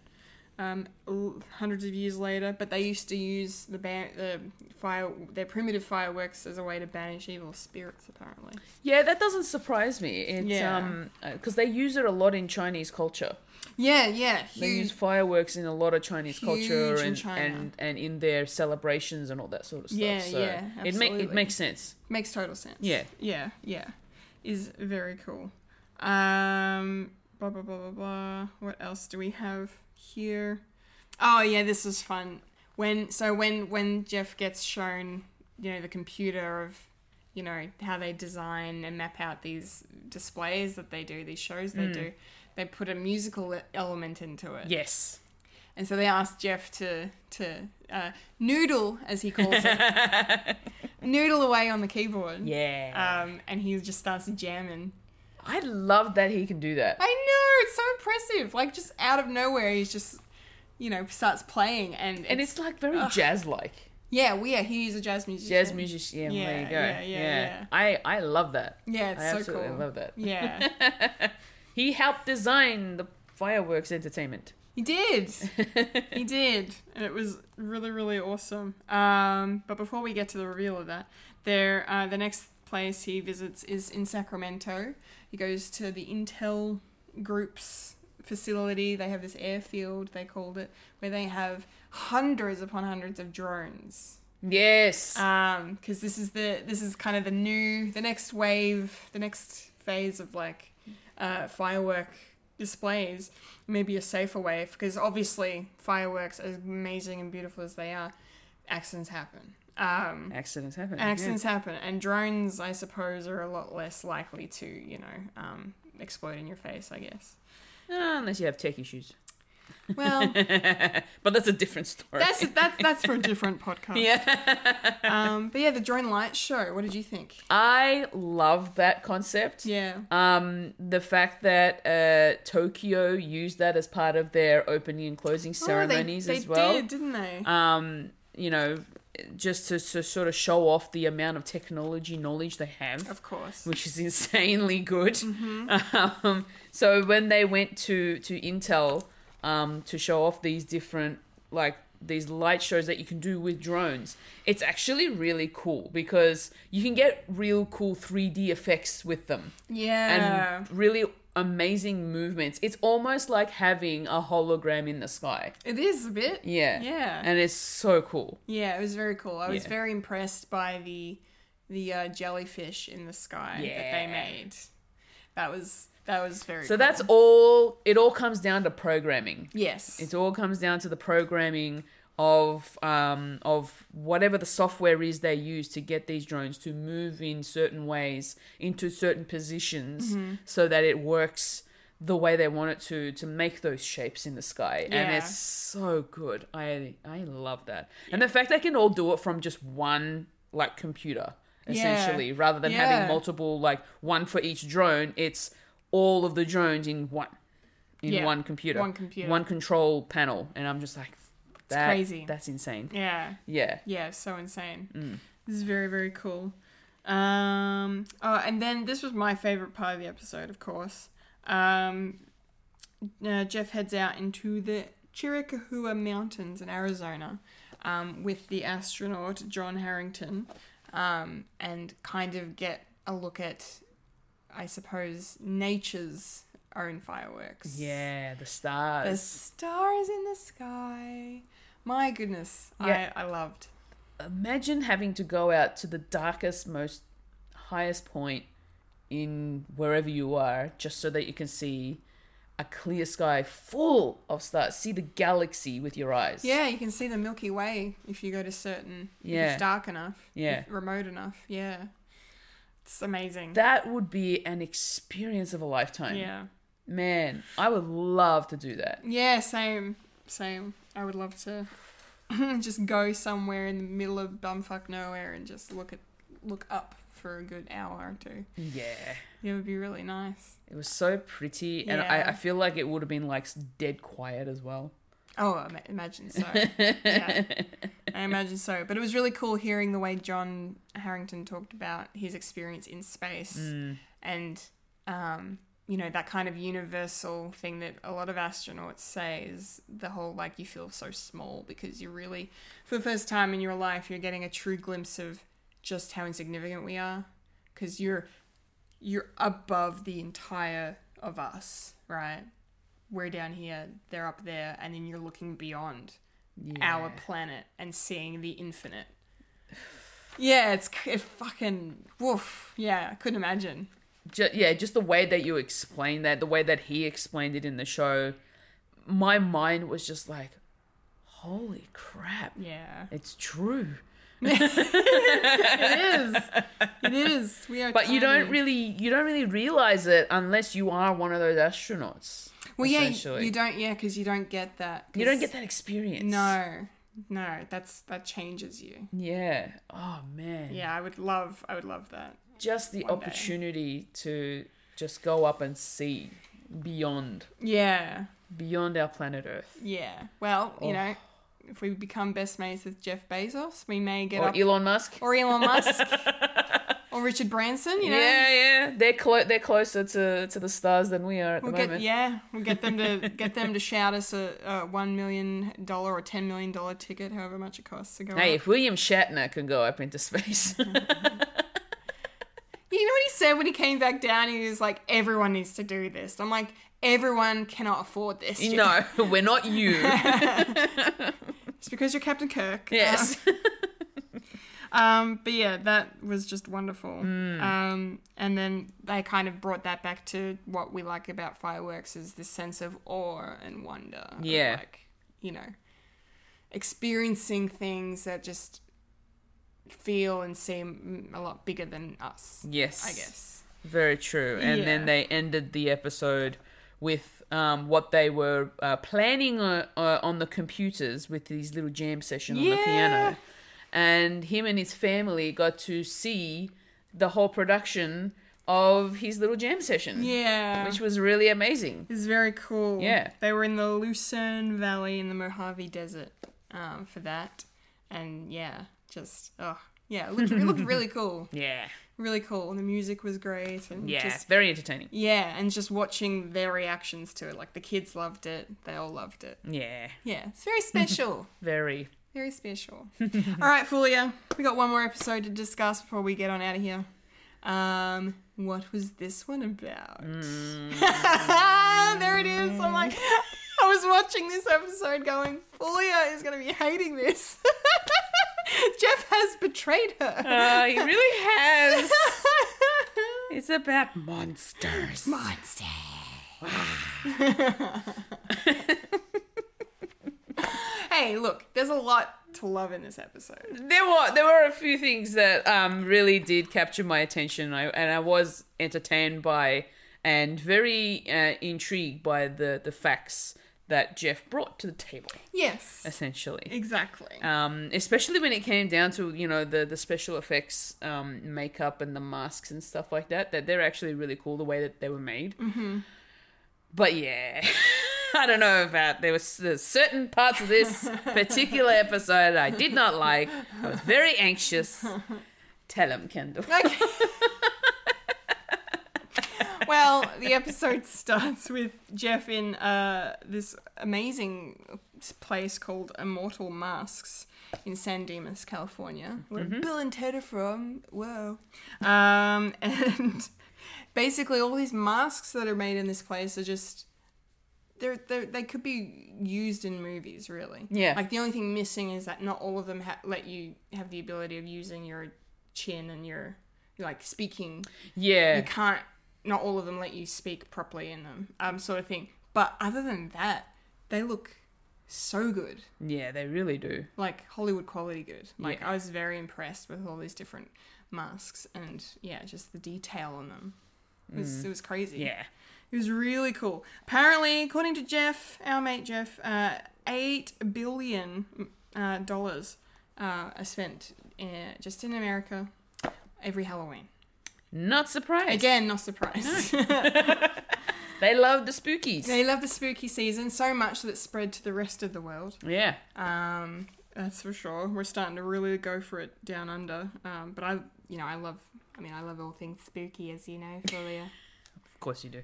S1: um, l- hundreds of years later. But they used to use the, ba- the fire, their primitive fireworks as a way to banish evil spirits, apparently.
S2: Yeah, that doesn't surprise me. It's
S1: Yeah.
S2: um because they use it a lot in Chinese culture.
S1: Yeah, yeah,
S2: They use
S1: huge.
S2: fireworks in a lot of Chinese culture
S1: Huge in
S2: and,
S1: China.
S2: and and in their celebrations and all that sort of stuff.
S1: Yeah,
S2: so
S1: yeah,
S2: it make it
S1: absolutely.
S2: makes sense.
S1: Makes total sense.
S2: Yeah.
S1: Yeah, yeah. Is very cool. Um, blah, blah, blah, blah, blah. What else do we have here? Oh, yeah, this is fun. When, so when, when Jeff gets shown, you know, the computer of, you know, how they design and map out these displays that they do, these shows
S2: Mm.
S1: they do, they put a musical e-, element into it.
S2: Yes.
S1: And so they asked Jeff to to uh, noodle, as he calls it, noodle away on the keyboard.
S2: Mm-hmm. Yeah.
S1: Um, and he just starts jamming.
S2: I love that he can do that.
S1: I know it's so impressive. Like just out of nowhere, he's just you know starts playing, and it's,
S2: And it's like very jazz like.
S1: yeah, we yeah, he's a jazz musician.
S2: Jazz musician, yeah, there
S1: Yeah,
S2: you go.
S1: yeah, yeah, yeah.
S2: I, I love that.
S1: Yeah, it's
S2: I
S1: so
S2: absolutely
S1: cool.
S2: love that.
S1: Yeah,
S2: He helped design the fireworks entertainment.
S1: he did. he did, and it was really really awesome. Um, but before we get to the reveal of that, there uh, the next place he visits is in Sacramento. He goes to the Intel Group's facility. They have this airfield they called it, where they have hundreds upon hundreds of drones
S2: yes.
S1: um because this is the this is kind of the new the next wave the next phase of like uh firework displays maybe a safer way because obviously fireworks as amazing and beautiful as they are accidents happen um
S2: accidents happen. yeah.
S1: accidents happen and drones i suppose are a lot less likely to you know um explode in your face i guess
S2: Ah, unless you have tech issues.
S1: well
S2: But that's a different story.
S1: that's that's that's for a different podcast
S2: yeah.
S1: um but yeah the drone light show what did you think
S2: I love that concept.
S1: yeah
S2: Um, the fact that uh, Tokyo used that as part of their opening and closing ceremonies
S1: oh, they,
S2: as
S1: they
S2: well.
S1: did, didn't they?
S2: Um, you know, just to, to sort of show off the amount of technology knowledge they have.
S1: Of course.
S2: which is insanely good.
S1: Mm-hmm.
S2: Um, so when they went to to Intel um, to show off these different like these light shows that you can do with drones, it's actually really cool because you can get real cool 3D effects with them
S1: Yeah.
S2: and really amazing movements. It's almost like having a hologram in the sky.
S1: it is a bit.
S2: Yeah.
S1: Yeah.
S2: And it's so cool.
S1: yeah, it was very cool. I was
S2: Yeah.
S1: very impressed by the the uh, jellyfish in the sky that they
S2: Yeah.
S1: made. That was that was very
S2: So
S1: cool.
S2: that's all it all comes down to programming.
S1: Yes.
S2: It all comes down to the programming of um, of whatever the software is they use to get these drones to move in certain ways into certain positions
S1: Mm-hmm.
S2: so that it works the way they want it to to make those shapes in the sky and
S1: Yeah.
S2: it's so good i i love that and the fact they can all do it from just one like computer essentially rather than
S1: Yeah.
S2: having multiple like one for each drone it's all of the drones in one in
S1: Yeah,
S2: one computer
S1: one computer.
S2: one control panel and i'm just like that,
S1: crazy.
S2: that's insane
S1: yeah.
S2: yeah
S1: Yeah, so insane. This is very, very cool. Um, oh, and then this was my favorite part of the episode, of course. Um, uh, Jeff heads out into the Chiricahua Mountains in Arizona um, with the astronaut John Harrington um, and kind of get a look at, I suppose, nature's own fireworks.
S2: Yeah, the
S1: The
S2: stars.
S1: stars in the sky. My goodness,
S2: Yeah.
S1: I, I loved.
S2: Imagine having to go out to the darkest, most highest point in wherever you are just so that you can see a clear sky full of stars. See the galaxy with your eyes.
S1: Yeah, you can see the Milky Way if you go to certain. If
S2: Yeah.
S1: it's dark enough.
S2: Yeah.
S1: if remote enough. Yeah. It's amazing.
S2: That would be an experience of a lifetime.
S1: yeah.
S2: Man, I would love to do that.
S1: Yeah, same. Same. I would love to just go somewhere in the middle of bumfuck nowhere and just look at look up for a good hour or two.
S2: Yeah.
S1: It would be really nice.
S2: It was so pretty, and
S1: Yeah.
S2: I, I feel like it would have been like s- dead quiet as well.
S1: Oh, I ma- imagine so. yeah. I imagine so. But it was really cool hearing the way John Harrington talked about his experience in space and, um, you know, that kind of universal thing that a lot of astronauts say is the whole like you feel so small because you're really, for the first time in your life, you're getting a true glimpse of just how insignificant we are because you're you're above the entire of us, right? We're down here, they're up there, and then you're looking beyond our planet and seeing the infinite. Yeah, it's c- it fucking woof. Yeah, I couldn't imagine.
S2: Ju- yeah, just the way that you explained that, the way that he explained it in the show, my mind was just like, holy crap,
S1: Yeah,
S2: it's true.
S1: it is. It is. We are.
S2: But you don't
S1: tiny.
S2: really, you don't really realize it unless you are one of those astronauts.
S1: Well, yeah, you-
S2: essentially.
S1: you don't. Yeah, because you don't get that.
S2: You don't
S1: 'cause-
S2: get that experience.
S1: No, no. That's that changes you.
S2: Yeah. Oh man.
S1: Yeah, I would love. I would love that.
S2: Just the
S1: One day.
S2: opportunity to just go up and see beyond,
S1: Yeah,
S2: beyond our planet Earth.
S1: yeah. Well, you
S2: Oh.
S1: know, if we become best mates with Jeff Bezos, we may get
S2: or
S1: up
S2: Elon Musk.
S1: or Elon Musk or Richard Branson. You know,
S2: Yeah, yeah. They're clo- they're closer to, to the stars than we are at
S1: We'll
S2: the
S1: get
S2: moment.
S1: yeah, we'll get them to get them to shout us a, a one million dollar or ten million dollar ticket, however much it costs to go.
S2: Hey,
S1: up.
S2: if William Shatner can go up into space,
S1: You know what he said when he came back down? He was like, "Everyone needs to do this." I'm like, "Everyone cannot afford this."
S2: you know, we're not you.
S1: it's because you're Captain Kirk.
S2: Yes.
S1: Um, but yeah, that was just wonderful.
S2: Hmm.
S1: Um, and then they kind of brought that back to what we like about fireworks is this sense of awe and wonder. of,
S2: Yeah.
S1: like, you know, experiencing things that just feel and seem mm, a lot bigger than us,
S2: yes.
S1: I guess.
S2: Very true. And
S1: Yeah.
S2: then they ended the episode with um, what they were uh, planning uh, uh, on the computers with these little jam session on the
S1: Yeah.
S2: piano. And him and his family got to see the whole production of his little jam session,
S1: Yeah.
S2: which was really amazing.
S1: It's very cool.
S2: Yeah.
S1: They were in the Lucerne Valley in the Mojave Desert um, for that. And yeah, just, oh, yeah, it looked, it looked really cool.
S2: Yeah.
S1: really cool and the music was great and
S2: Yeah.
S1: just
S2: very entertaining.
S1: yeah and just watching their reactions to it like the kids loved it they all loved it
S2: Yeah.
S1: yeah it's very special
S2: Very.
S1: very special all right Fulia we got one more episode to discuss before we get on out of here um what was this one about there it is I'm like I was watching this episode going Fulia is gonna be hating this Jeff has betrayed her
S2: Uh, he really has. It's about monsters.
S1: Monster. hey, look, there's a lot to love in this episode.
S2: There were there were a few things that um really did capture my attention. I and I was entertained by and very uh, intrigued by the the facts that Jeff brought to the table,
S1: Yes,
S2: essentially.
S1: exactly.
S2: Um, especially when it came down to you know the the special effects um, makeup and the masks and stuff like that. That they're actually really cool the way that they were made. Mm-hmm. But yeah. I don't know about there was there's certain parts of this particular episode I did not like. I was very anxious. Tell him, Kendall.
S1: Okay. well, the episode starts with Jeff in uh, this amazing place called Immortal Masks in San Dimas, California, where Bill and Ted are from. Whoa. Um, and basically, all these masks that are made in this place are just. They're, they're, they could be used in movies, really.
S2: Yeah.
S1: Like the only thing missing is that not all of them ha- let you have the ability of using your chin and your like speaking you
S2: yeah.
S1: can't not all of them let you speak properly in them um sort of thing but other than that they look so good
S2: Yeah, they really do.
S1: like hollywood quality good like i was very impressed with all these different masks and yeah just the detail on them it
S2: Mm.
S1: was, it was crazy
S2: Yeah.
S1: it was really cool apparently according to jeff our mate jeff uh eight billion uh, dollars uh, are spent in, just in america every halloween
S2: Not surprised.
S1: again not surprised
S2: They love the spookies.
S1: They love the spooky season so much that it's spread to the rest of the world.
S2: yeah.
S1: Um, that's for sure. We're starting to really go for it down under. Um, but I, you know, I love. I mean, I love all things spooky, as you know, Fulia.
S2: Of course you do.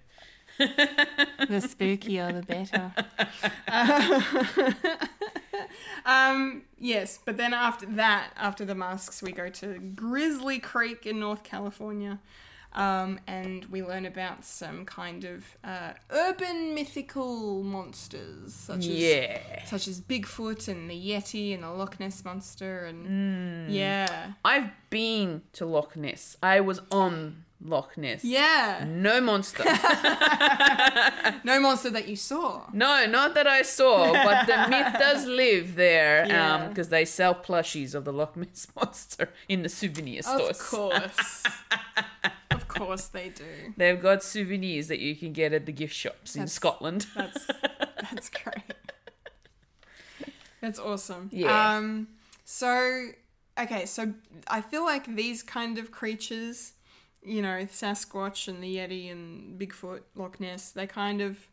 S1: the spookier, the better. Uh, um, yes, but then after that, after the masks, we go to Grizzly Creek in North California. Um, and we learn about some kind of uh, urban mythical monsters, such as
S2: Yeah.
S1: such as Bigfoot and the Yeti and the Loch Ness monster and yeah,
S2: I've been to Loch Ness. I was on Loch Ness.
S1: yeah.
S2: No monster.
S1: No monster that you saw.
S2: no, not that I saw, but the myth does live there because
S1: Yeah.
S2: they sell plushies of the Loch Ness monster in the souvenir
S1: Of
S2: stores.
S1: course, of course they do.
S2: They've got souvenirs that you can get at the gift shops in
S1: That's-
S2: Scotland.
S1: That's that's great. That's awesome.
S2: Yeah.
S1: Um. So okay, so I feel like these kind of creatures, you know, Sasquatch and the Yeti and Bigfoot, Loch Ness, they kind of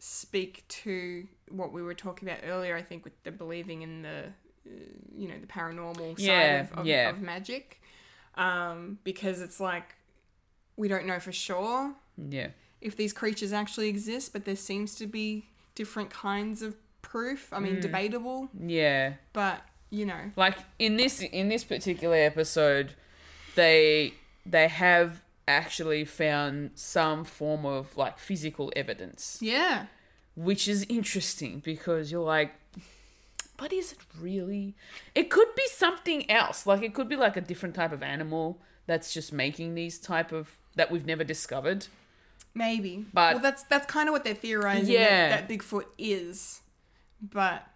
S1: speak to what we were talking about earlier. I think with the believing in the, uh, you know, the paranormal
S2: Yeah,
S1: side of, of,
S2: yeah.
S1: of magic, um, because it's like we don't know for sure
S2: yeah.
S1: if these creatures actually exist, but there seems to be different kinds of proof. I mean,
S2: Hmm.
S1: debatable,
S2: Yeah.
S1: but you know,
S2: like in this in this particular episode they they have actually found some form of like physical evidence
S1: yeah,
S2: which is interesting because you're like but is it really it could be something else like it could be like a different type of animal that's just making these type of that we've never discovered
S1: maybe.
S2: But-
S1: well, that's that's kind of what they're theorizing.
S2: Yeah.
S1: that, that Bigfoot is, but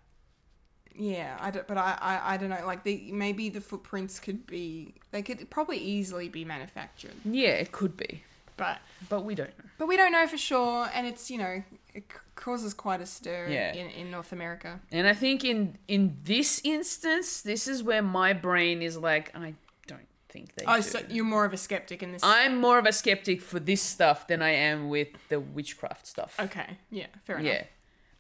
S1: yeah, I don't. But I, I, I don't know. Like the maybe the footprints could be they could probably easily be manufactured,
S2: yeah it could be
S1: but
S2: but we don't know
S1: but we don't know for sure, and it's you know it c- causes quite a stir
S2: Yeah.
S1: in in North America.
S2: And I think in in this instance, this is where my brain is like, I don't think they.
S1: Oh,
S2: do.
S1: so you're more of a skeptic in this.
S2: I'm more of a skeptic for this stuff than I am with the witchcraft stuff.
S1: okay, yeah, fair enough.
S2: yeah.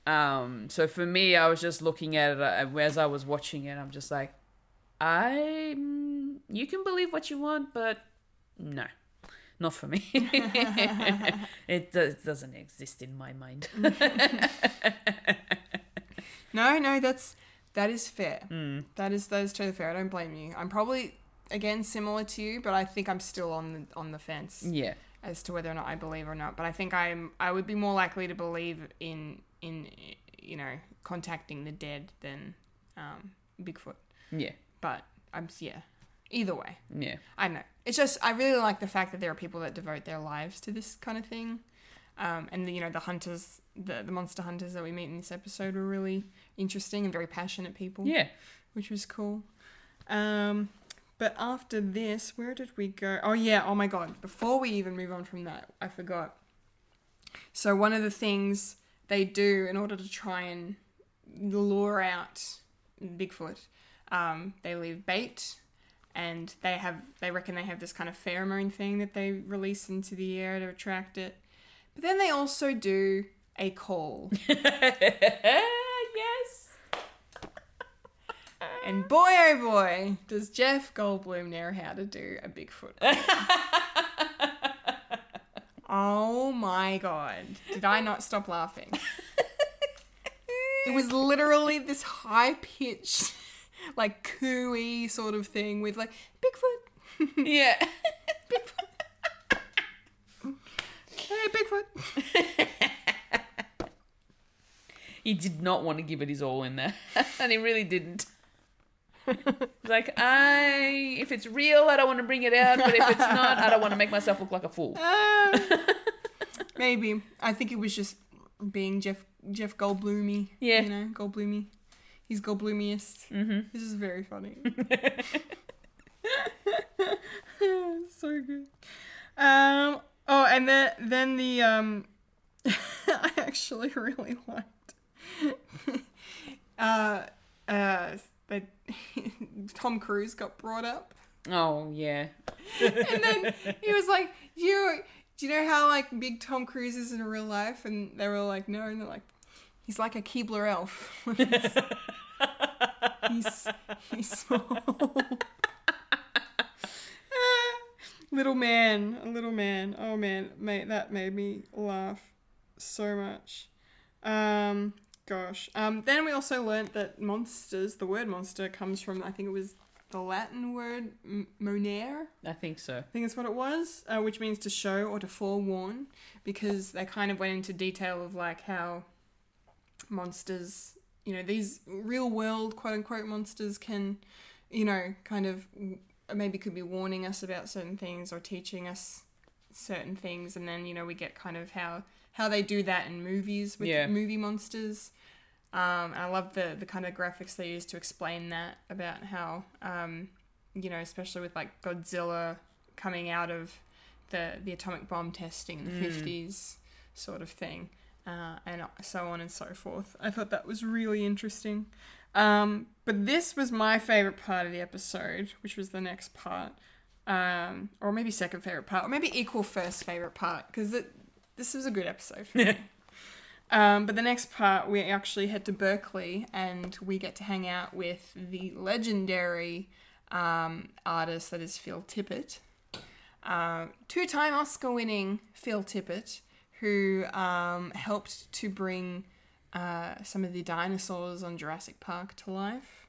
S2: Um. So for me, I was just looking at it uh, as I was watching it. I'm just like, I. mm, You can believe what you want, but no, not for me. it does, doesn't exist in my mind.
S1: No, no, that's that is fair. That is that is totally fair. I don't blame you. I'm probably again similar to you, but I think I'm still on the on the fence
S2: yeah.
S1: as to whether or not I believe or not. But I think I'm I would be more likely to believe in in you know contacting the dead than um, Bigfoot.
S2: Yeah.
S1: But I'm yeah. Either way,
S2: Yeah.
S1: I don't know. It's just I really like the fact that there are people that devote their lives to this kind of thing, um, and you know the hunters, the the monster hunters that we meet in this episode were really interesting and very passionate people,
S2: Yeah.
S1: which was cool. Um, but after this, where did we go? Oh yeah, oh my god! Before we even move on from that, I forgot. So one of the things they do in order to try and lure out Bigfoot, um, they leave bait, and they have they reckon they have this kind of pheromone thing that they release into the air to attract it. But then they also do a call,
S2: yes.
S1: and boy oh boy, does Jeff Goldblum know how to do a Bigfoot. call. Oh my god. Did I not stop laughing? it was literally this high pitched, like cooey sort of thing with like Bigfoot.
S2: yeah.
S1: hey, Bigfoot.
S2: He did not want to give it his all in there, and he really didn't. like I, if it's real, I don't want to bring it out, but if it's not, I don't want to make myself look like a fool.
S1: Um, maybe. I think it was just being Jeff Jeff Goldbloomy.
S2: Yeah.
S1: You know, Goldbloomy. He's Goldbloomiest.
S2: Mm-hmm.
S1: This is very funny. so good. Um. Oh, and then then the um, I actually really liked. uh, uh, that Tom Cruise got brought up,
S2: Oh yeah,
S1: and then he was like, "You, do you know how like big Tom Cruise is in real life?" And they were like, "No," and they're like, "He's like a Keebler elf. he's he's small." Little man, a little man. Oh man, mate, that made me laugh so much. Um, gosh. Um, then we also learnt that monsters, the word monster, comes from I think it was the Latin word m- monere.
S2: I think so.
S1: I think that's what it was, uh, which means to show or to forewarn, because they kind of went into detail of like how monsters, you know, these real world quote unquote monsters can, you know, kind of w- maybe could be warning us about certain things or teaching us certain things, and then you know we get kind of how how they do that in movies with
S2: Yeah.
S1: movie monsters. Um, and I love the the kind of graphics they use to explain that about how um, you know, especially with like Godzilla coming out of the the atomic bomb testing in the fifties, sort of thing, uh, and so on and so forth. I thought that was really interesting. Um, but this was my favorite part of the episode, which was the next part, um, or maybe second favorite part, or maybe equal first favorite part, because this was a good episode. For me. Um, but the next part, we actually head to Berkeley and we get to hang out with the legendary um, artist that is Phil Tippett, uh, two time Oscar winning Phil Tippett, who um, helped to bring uh, some of the dinosaurs on Jurassic Park to life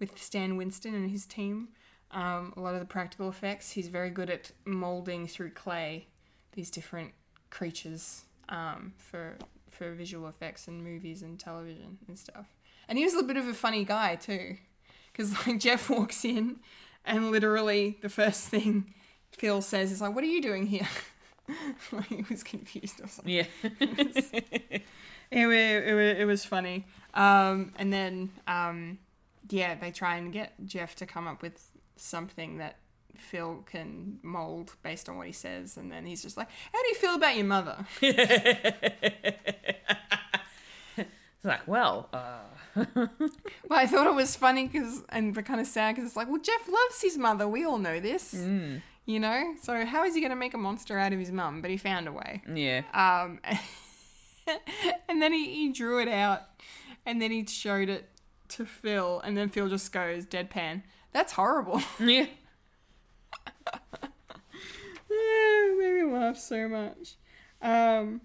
S1: with Stan Winston and his team. Um, a lot of the practical effects. He's very good at molding through clay these different creatures um, for for visual effects in movies and television and stuff. And he was a bit of a funny guy too, because like Jeff walks in, and literally the first thing Phil says is like, "What are you doing here?" like he was confused or something
S2: Yeah,
S1: it, wa- it, wa- it was funny. Um, and then, um, yeah, they try and get Jeff to come up with something that Phil can mold based on what he says. And then he's just like, How do you feel about your mother?
S2: it's like well, uh,
S1: But I thought it was funny because, and but kind of sad because it's like, Well, Jeff loves his mother. We all know this. You know? So how is he going to make a monster out of his mum? But he found a way.
S2: yeah,
S1: Um, and then he, he drew it out and then he showed it to Phil, and then Phil just goes, deadpan, that's horrible.
S2: yeah.
S1: Yeah, made me Eh, laugh so much. Um,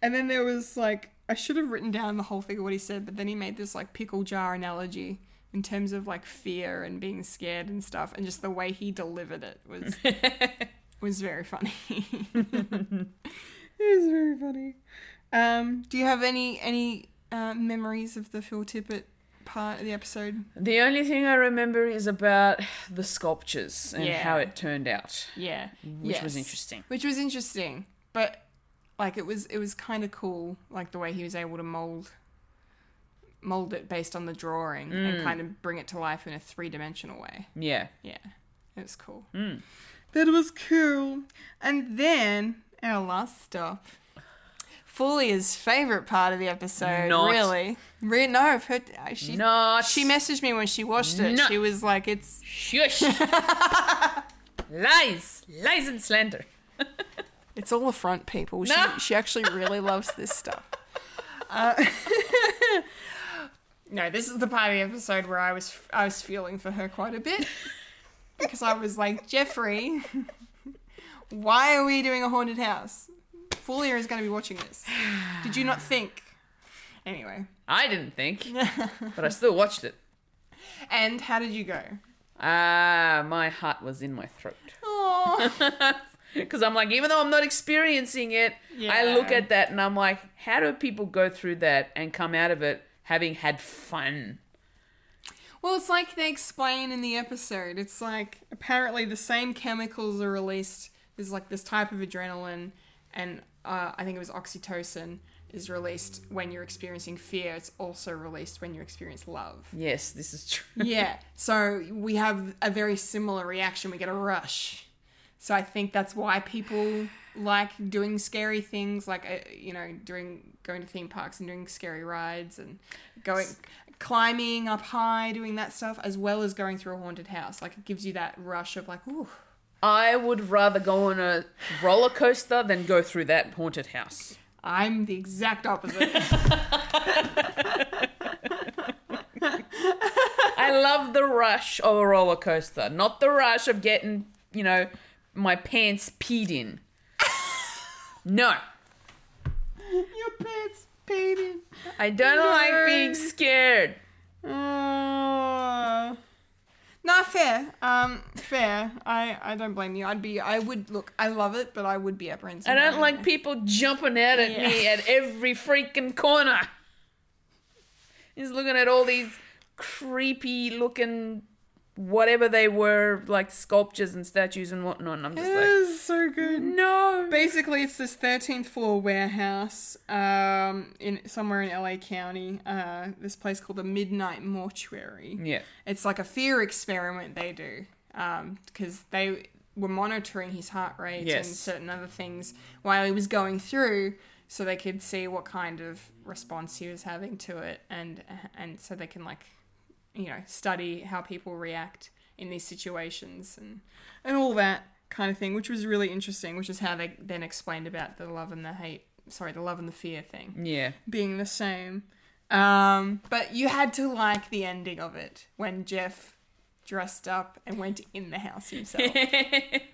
S1: and then there was like I should have written down the whole thing of what he said, but then he made this like pickle jar analogy in terms of like fear and being scared and stuff, and just the way he delivered it was was very funny. it was very funny. Um, do you have any any uh, memories of the Phil Tippett part of the episode?
S2: The only thing I remember is about the sculptures and
S1: Yeah.
S2: how it turned out,
S1: Yeah,
S2: which was interesting.
S1: which was interesting but like it was it was kind of cool like the way he was able to mold mold it based on the drawing
S2: Mm.
S1: and kind of bring it to life in a three-dimensional way
S2: Yeah.
S1: yeah it was cool
S2: Mm.
S1: that was cool and then our last stop Fulia's favorite part of the episode,
S2: Not-
S1: really. Re- no, I've heard I- she
S2: Not
S1: she messaged me when she watched it.
S2: No.
S1: She was like, "It's
S2: Shush! lies, lies and slander.
S1: It's all a front, people. She,
S2: No.
S1: she actually really loves this stuff. Uh, no, this is the part of the episode where I was I was feeling for her quite a bit because I was like, Jeffrey, why are we doing a haunted house? Fulia is going to be watching this. Did you not think? Anyway.
S2: I didn't think, but I still watched it.
S1: And how did you go?
S2: Ah, my heart was in my throat.
S1: Oh,
S2: Because I'm like, even though I'm not experiencing it, I look
S1: Yeah.
S2: at that and I'm like, how do people go through that and come out of it having had fun?
S1: Well, it's like they explain in the episode. It's like apparently the same chemicals are released. There's like this type of adrenaline, and uh, I think it was oxytocin is released when you're experiencing fear. It's also released when you experience love.
S2: Yes, this is true.
S1: yeah. So we have a very similar reaction. We get a rush. So I think that's why people like doing scary things, like uh, you know, doing going to theme parks and doing scary rides and going climbing up high, doing that stuff, as well as going through a haunted house. Like it gives you that rush of like, ooh,
S2: I would rather go on a roller coaster than go through that haunted house.
S1: I'm the exact opposite.
S2: I love the rush of a roller coaster, not the rush of getting, you know, my pants peed in. No,
S1: Your pants painted.
S2: I don't like being scared.
S1: Uh, not fair. Um, fair. I, I don't blame you. I'd be. I would look. I love it, but I would be apprehensive.
S2: I don't
S1: anyway.
S2: like people jumping out at me at every freaking corner. He's looking at all these creepy looking whatever they were, like sculptures and statues and whatnot. And I'm just like,
S1: This is so good.
S2: no.
S1: Basically, it's this thirteenth floor warehouse, um, in somewhere in LA County. Uh, this place called the Midnight Mortuary.
S2: Yeah.
S1: It's like a fear experiment they do because they were monitoring his heart rate
S2: Yes.
S1: and certain other things while he was going through so they could see what kind of response he was having to it and and so they can like you know study how people react in these situations and and all that kind of thing which was really interesting which is how they then explained about the love and the hate sorry the love and the fear thing
S2: Yeah.
S1: being the same. Um, but you had to like the ending of it when Jeff dressed up and went in the house himself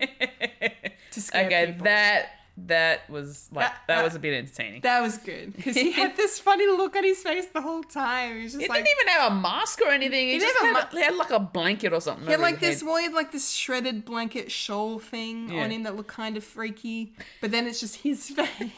S1: to scare
S2: okay,
S1: people.
S2: that that was like
S1: That-
S2: that,
S1: that-
S2: was a bit entertaining.
S1: That was good because he had this funny look on his face the whole time. He was just
S2: He
S1: like
S2: didn't even have a mask or anything. He,
S1: He
S2: just
S1: didn't have a
S2: had, a- he had like a blanket or something.
S1: he had
S2: over
S1: like
S2: his
S1: this. Well, he had like this shredded blanket shawl thing
S2: Yeah.
S1: on him that looked kind of freaky, but then it's just his face.
S2: head.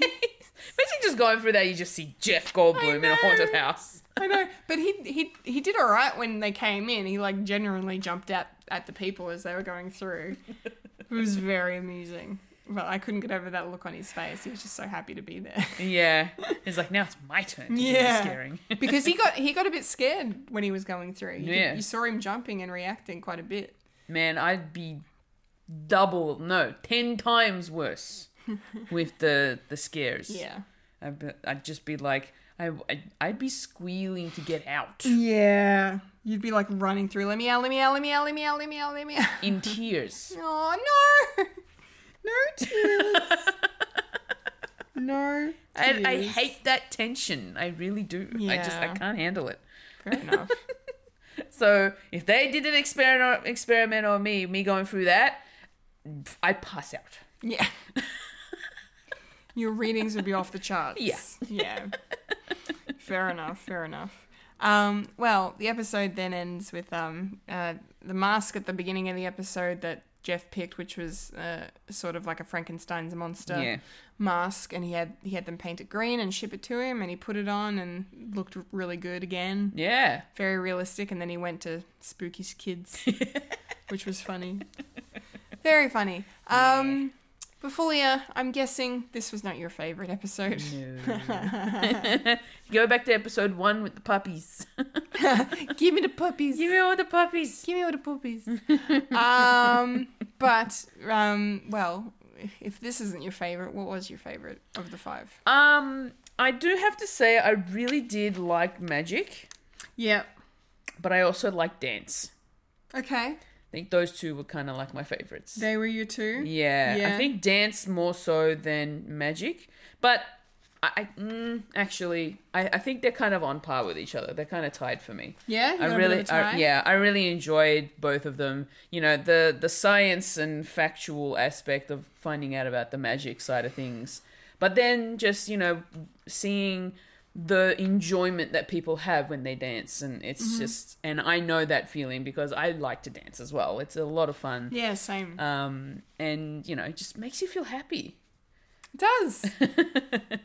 S2: Imagine just going through that, you just see Jeff Goldblum in a haunted
S1: know.
S2: house.
S1: I know, but he he he did all right when they came in. He like genuinely jumped out at the people as they were going through. It was very amusing, but I couldn't get over that look on his face. He was just so happy to be there.
S2: Yeah. He's like, now it's my turn to yeah.
S1: Yeah.
S2: be scaring.
S1: because he got he got a bit scared when he was going through. He could-
S2: Yeah.
S1: you saw him jumping and reacting quite a bit.
S2: Man, I'd be double, no, ten times worse with the the scares.
S1: Yeah.
S2: I'd, be, I'd just be like, I, I'd, I'd be squealing to get out
S1: Yeah. You'd be like running through. Let me out. Let me out. Let me out. Let me out. Let me out. Let me out.
S2: in tears.
S1: Oh no! No tears. no.
S2: And I
S1: tears.
S2: hate that tension. I really do. I just, I
S1: Yeah.
S2: can't handle it.
S1: Fair enough.
S2: So if they did an experiment, experiment on me, me going through that, I'd pass out.
S1: Yeah. Your readings would be off the charts.
S2: Yeah.
S1: Yeah. Fair enough. Fair enough. Um, well, the episode then ends with um, uh, the mask at the beginning of the episode that Jeff picked, which was uh, sort of like a Frankenstein's monster
S2: Yeah.
S1: mask, and he had he had them paint it green and ship it to him, and he put it on and looked really good again,
S2: Yeah.
S1: very realistic. And then he went to spooky kids which was funny. Very funny. Um, but Fulia, I'm guessing this was not your favorite episode.
S2: Go back to episode one with the puppies.
S1: Give me the puppies.
S2: Give me all the puppies.
S1: Give me all the puppies. um, but um, well, if this isn't your favorite, what was your favorite of the five?
S2: Um, I do have to say I really did like magic,
S1: Yeah.
S2: but I also like dance.
S1: Okay.
S2: I think those two were kind of like my favorites.
S1: They were your two.
S2: yeah, I
S1: Yeah.
S2: think dance more so than magic, but I, I mm, actually I, I think they're kind of on par with each other. They're kind of tied for me.
S1: Yeah. You got
S2: I
S1: a bit
S2: really,
S1: of a
S2: I,
S1: tie?
S2: yeah, I really enjoyed both of them. You know, the the science and factual aspect of finding out about the magic side of things, But then just, you know, seeing the enjoyment that people have when they dance and it's
S1: Mm-hmm.
S2: just and I know that feeling because I like to dance as well. It's a lot of fun.
S1: Yeah, same.
S2: Um and you know, it just makes you feel happy.
S1: It does.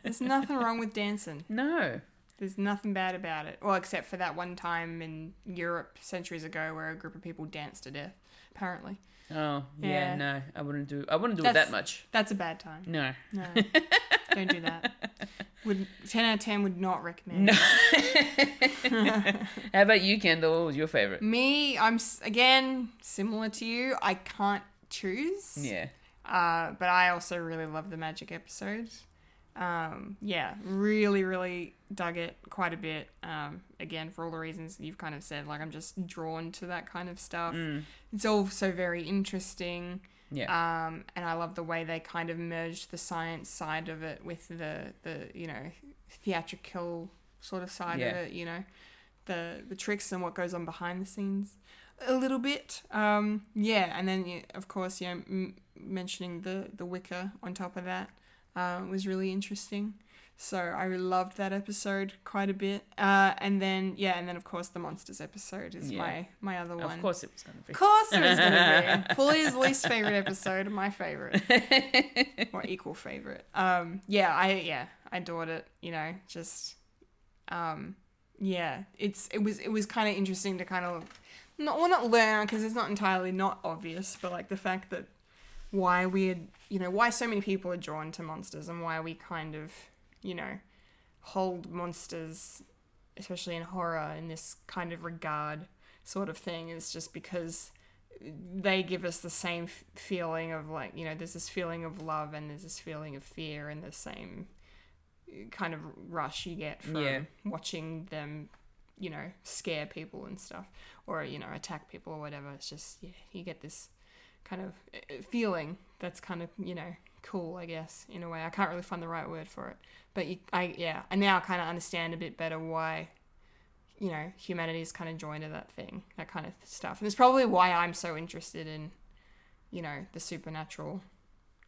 S1: There's nothing wrong with dancing.
S2: No.
S1: There's nothing bad about it. Well, except for that one time in Europe centuries ago where a group of people danced to death, apparently.
S2: Oh, yeah,
S1: Yeah.
S2: no. I wouldn't do I wouldn't do it
S1: That's-
S2: that much.
S1: That's a bad time.
S2: No.
S1: No. Don't do that. Would 10 out of 10 would not recommend.
S2: No. How about you, Kendall? What was your favorite?
S1: Me, I'm s- again similar to you. I can't choose.
S2: Yeah.
S1: Uh, but I also really love the magic episode. Um, yeah, really, really dug it quite a bit. Um, again, for all the reasons you've kind of said, like I'm just drawn to that kind of stuff.
S2: Mm.
S1: It's all so very interesting.
S2: Yeah.
S1: Um, and I love the way they kind of merged the science side of it with the the you know theatrical sort of side of
S2: Yeah.
S1: it. You know, the the tricks and what goes on behind the scenes a little bit. Um, yeah, and then yeah, of course you know m- mentioning the the Wicca on top of that uh, was really interesting. So I loved that episode quite a bit. Uh, and then yeah, and then of course the monsters episode is
S2: Yeah.
S1: my my other one.
S2: Of course it was going to be.
S1: Of course there is going to be. Paulie's least favorite episode, and my favorite. or equal favorite. Um, yeah, I yeah, I adored it, you know, just um yeah, it's it was it was kind of interesting to kind of not well not learn because it's not entirely not obvious, but like the fact that why we are you know why so many people are drawn to monsters and why we kind of you know hold monsters especially in horror in this kind of regard sort of thing is just because they give us the same f- feeling of like you know there's this feeling of love and there's this feeling of fear and the same kind of rush you get from
S2: Yeah.
S1: watching them you know scare people and stuff or you know attack people or whatever it's just yeah you get this kind of uh, feeling that's kind of you know cool i guess in a way i can't really find the right word for it but you, i yeah i now kind of understand a bit better why you know humanity's kind of joined to that thing that kind of stuff and it's probably why i'm so interested in you know the supernatural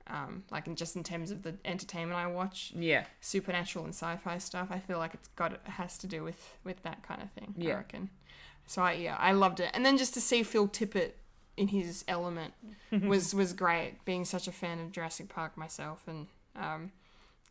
S1: um like in just in terms of the entertainment i watch
S2: Yeah.
S1: supernatural and sci-fi stuff i feel like it's got it has to do with with that kind of thing i
S2: Yeah.
S1: reckon so i yeah i loved it and then just to see phil tippett in his element was was great being such a fan of jurassic park myself and um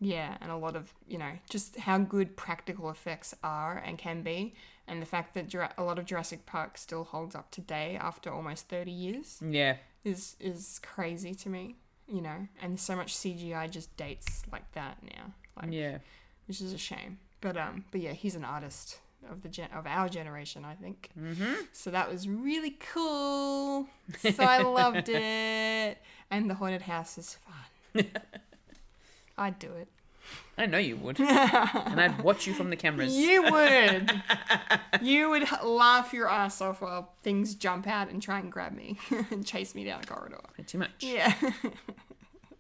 S1: yeah and a lot of you know just how good practical effects are and can be and the fact that Jura- a lot of jurassic park still holds up today after almost 30 years
S2: Yeah.
S1: is is crazy to me, you know. And so much CGI just dates like that now, like,
S2: Yeah.
S1: which is a shame. But um, but yeah, he's an artist of the gen- of our generation, I think. Mm-hmm. So that was really cool. So I loved it, and the haunted house is fun. I'd do it.
S2: I know you would. and I'd watch you from the cameras.
S1: You would. you would h- laugh your ass off while things jump out and try and grab me and chase me down a corridor.
S2: Pretty much.
S1: Yeah.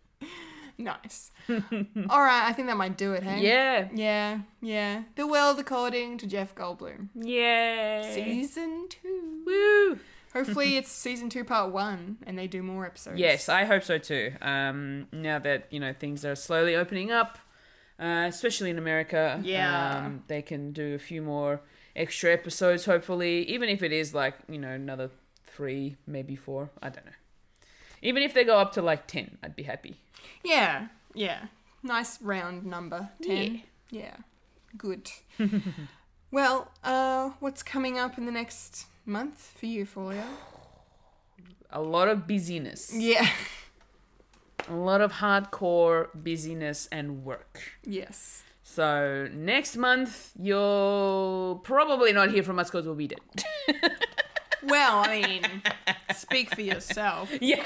S1: nice. All right, I think that might do it, hey?
S2: Yeah.
S1: Yeah, yeah. The world according to Jeff Goldblum.
S2: Yay.
S1: Season two.
S2: Woo.
S1: Hopefully, it's season two, part one, and they do more episodes.
S2: Yes, I hope so too. Um, now that you know things are slowly opening up, uh, especially in America,
S1: Yeah.
S2: um, they can do a few more extra episodes. Hopefully, even if it is like you know another three, maybe four. I don't know. Even if they go up to like ten, I'd be happy.
S1: Yeah, yeah. Nice round number, 10. Yeah. Good. well, uh, what's coming up in the next month for you, Folio?
S2: A lot of busyness,
S1: Yeah.
S2: a lot of hardcore busyness and work.
S1: yes.
S2: So next month you'll probably not hear from us because we'll be dead.
S1: Well, I mean, speak for yourself.
S2: Yeah.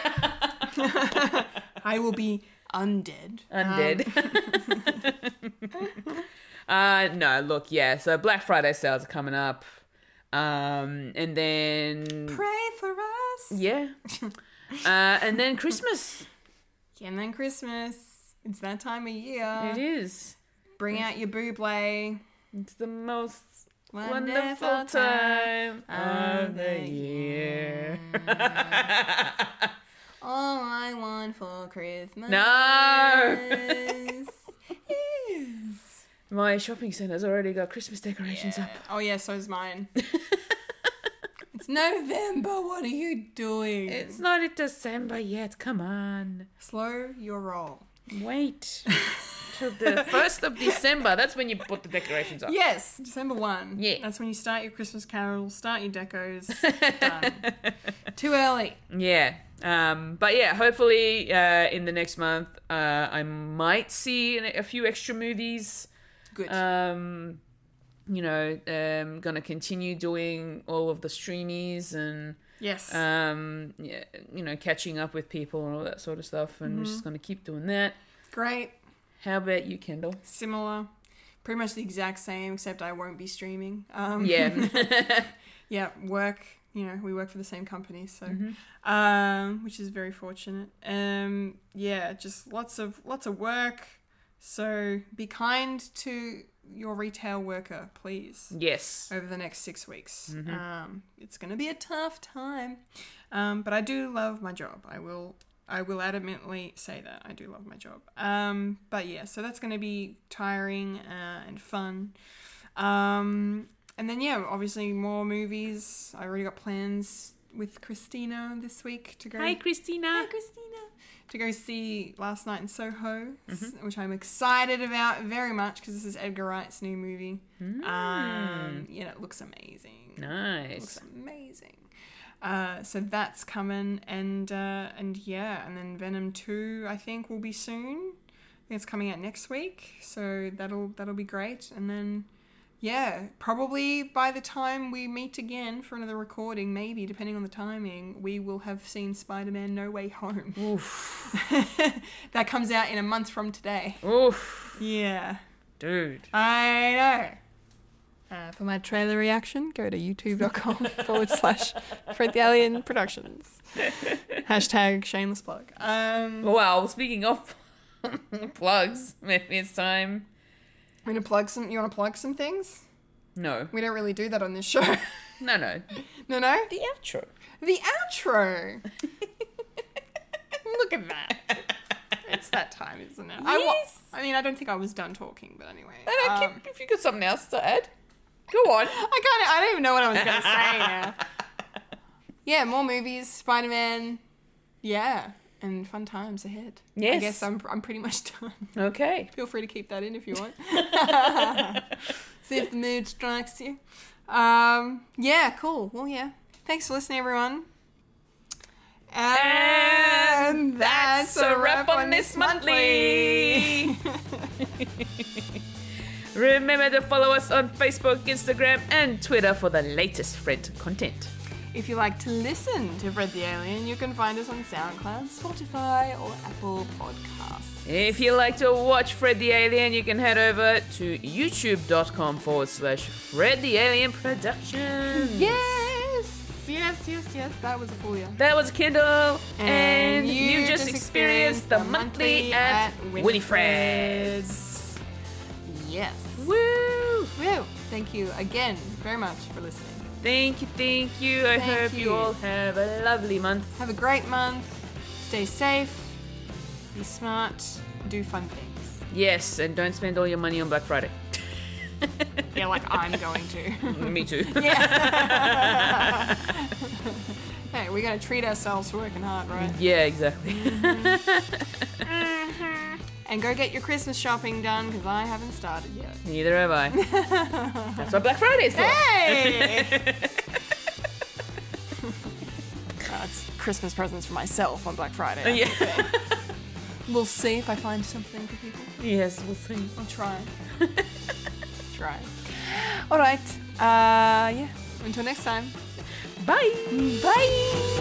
S1: I will be undead. Um,
S2: Undead. uh no, look, yeah. So Black Friday sales are coming up. Um and then
S1: pray for us.
S2: yeah. Uh and then Christmas.
S1: And then Christmas. It's that time of
S2: It
S1: year.
S2: is.
S1: Bring out your buble.
S2: It's the most
S1: Wonderful,
S2: wonderful
S1: time
S2: time
S1: of
S2: of
S1: the
S2: the year.
S1: All I want for Christmas
S2: No. My shopping centre's already got Christmas decorations up.
S1: Oh yeah, so's mine. it's November. What are you doing?
S2: It's not December yet. Come on.
S1: Slow your roll.
S2: Wait till the 1st of December. That's when you put the decorations up.
S1: Yes, December one.
S2: Yeah.
S1: that's when you start your Christmas carols, start your decos. Done. Too early.
S2: Yeah. Um, but yeah, hopefully uh, in the next month, uh, I might see an- a few extra movies.
S1: Good.
S2: Um, you know, um, gonna continue doing all of the streamies and
S1: yes.
S2: um, yeah, you know, catching up with people and all that sort of stuff. And we're just gonna keep doing that.
S1: Great.
S2: How about you, Kendall?
S1: Similar. Pretty much the exact same, except I won't be streaming. Um,
S2: Yeah.
S1: yeah, work. You know, we work for the same company, so um, which is very fortunate. Um, yeah, just lots of lots of work. So be kind to your retail worker, please,
S2: yes.
S1: over the next six weeks. Um, it's going to be a tough time, um, but I do love my job. I will. I will adamantly say that I do love my job. Um, but yeah, so that's going to be tiring uh, and fun. Um, and then yeah, obviously more movies. I already got plans with Christina this week to go.
S2: Hi, Christina.
S1: Hi, Christina. To go see Last Night in Soho, s- which I'm excited about very much because this is Edgar Wright's new movie. Um, you know, it looks amazing.
S2: Nice.
S1: Looks amazing. Uh, so that's coming, and uh, and yeah, and then Venom Two I think will be soon. I think it's coming out next week, so that'll that'll be great. And then yeah, probably by the time we meet again for another recording, maybe depending on the timing, we will have seen Spider Man No Way Home. that comes out in a month from today.
S2: Oof,
S1: Yeah,
S2: dude.
S1: I know. Uh, for my trailer reaction, go to youtube.com forward slash Fred the Alien Productions. Hashtag shameless plug. Um,
S2: Well, speaking of plugs, maybe it's time.
S1: I'm gonna plug some. You want to plug some things?
S2: No,
S1: We don't really do that on this show.
S2: no, no.
S1: no, no.
S2: The outro.
S1: The outro. Look at that. It's that time, isn't it? I, wa-
S2: Yes.
S1: I mean, I don't think I was done talking, but anyway.
S2: And I
S1: um,
S2: keep, if you got something else to add, go
S1: I
S2: on.
S1: kind of I don't even know what I was gonna say now. Yeah, more movies, Spider Man. Yeah, and fun times ahead. I
S2: Yes.
S1: guess I'm I'm pretty much done.
S2: Okay.
S1: Feel free to keep that in if you want. See if the mood strikes you. Um, yeah, cool. Well, yeah. Thanks for listening, everyone. And that's
S2: So wrap on this monthly. Remember to follow us on Facebook, Instagram, and Twitter for the latest Fred content.
S1: If you like to listen to Fred the Alien, you can find us on SoundCloud, Spotify, or Apple Podcasts.
S2: If you like to watch Fred the Alien, you can head over to youtube.com forward slash Fred the Alien Productions.
S1: Yes! Yes, yes, yes, that was a fool, yeah.
S2: That was Kindle, and, you, just experienced the monthly at Winnie Fred's.
S1: Yes.
S2: Woo!
S1: Woo! Thank you again very much for listening.
S2: Thank you, thank you. I
S1: Thank
S2: hope you.
S1: you.
S2: all have a lovely month.
S1: Have a great month. Stay safe. Be smart. Do fun things.
S2: Yes, and don't spend all your money on Black Friday.
S1: Yeah, like I'm going to.
S2: Me too.
S1: Yeah. hey, we gotta treat ourselves for working hard, right?
S2: yeah, exactly.
S1: And go get your Christmas shopping done because I haven't started yet.
S2: Neither have I. That's what Black Friday is for.
S1: Hey! Oh, it's Christmas presents for myself on Black Friday.
S2: Oh, Yeah.
S1: We'll see if I find something for people.
S2: yes, we'll see.
S1: I'll try. try. All right. Uh, yeah. Until next time.
S2: Bye. Bye.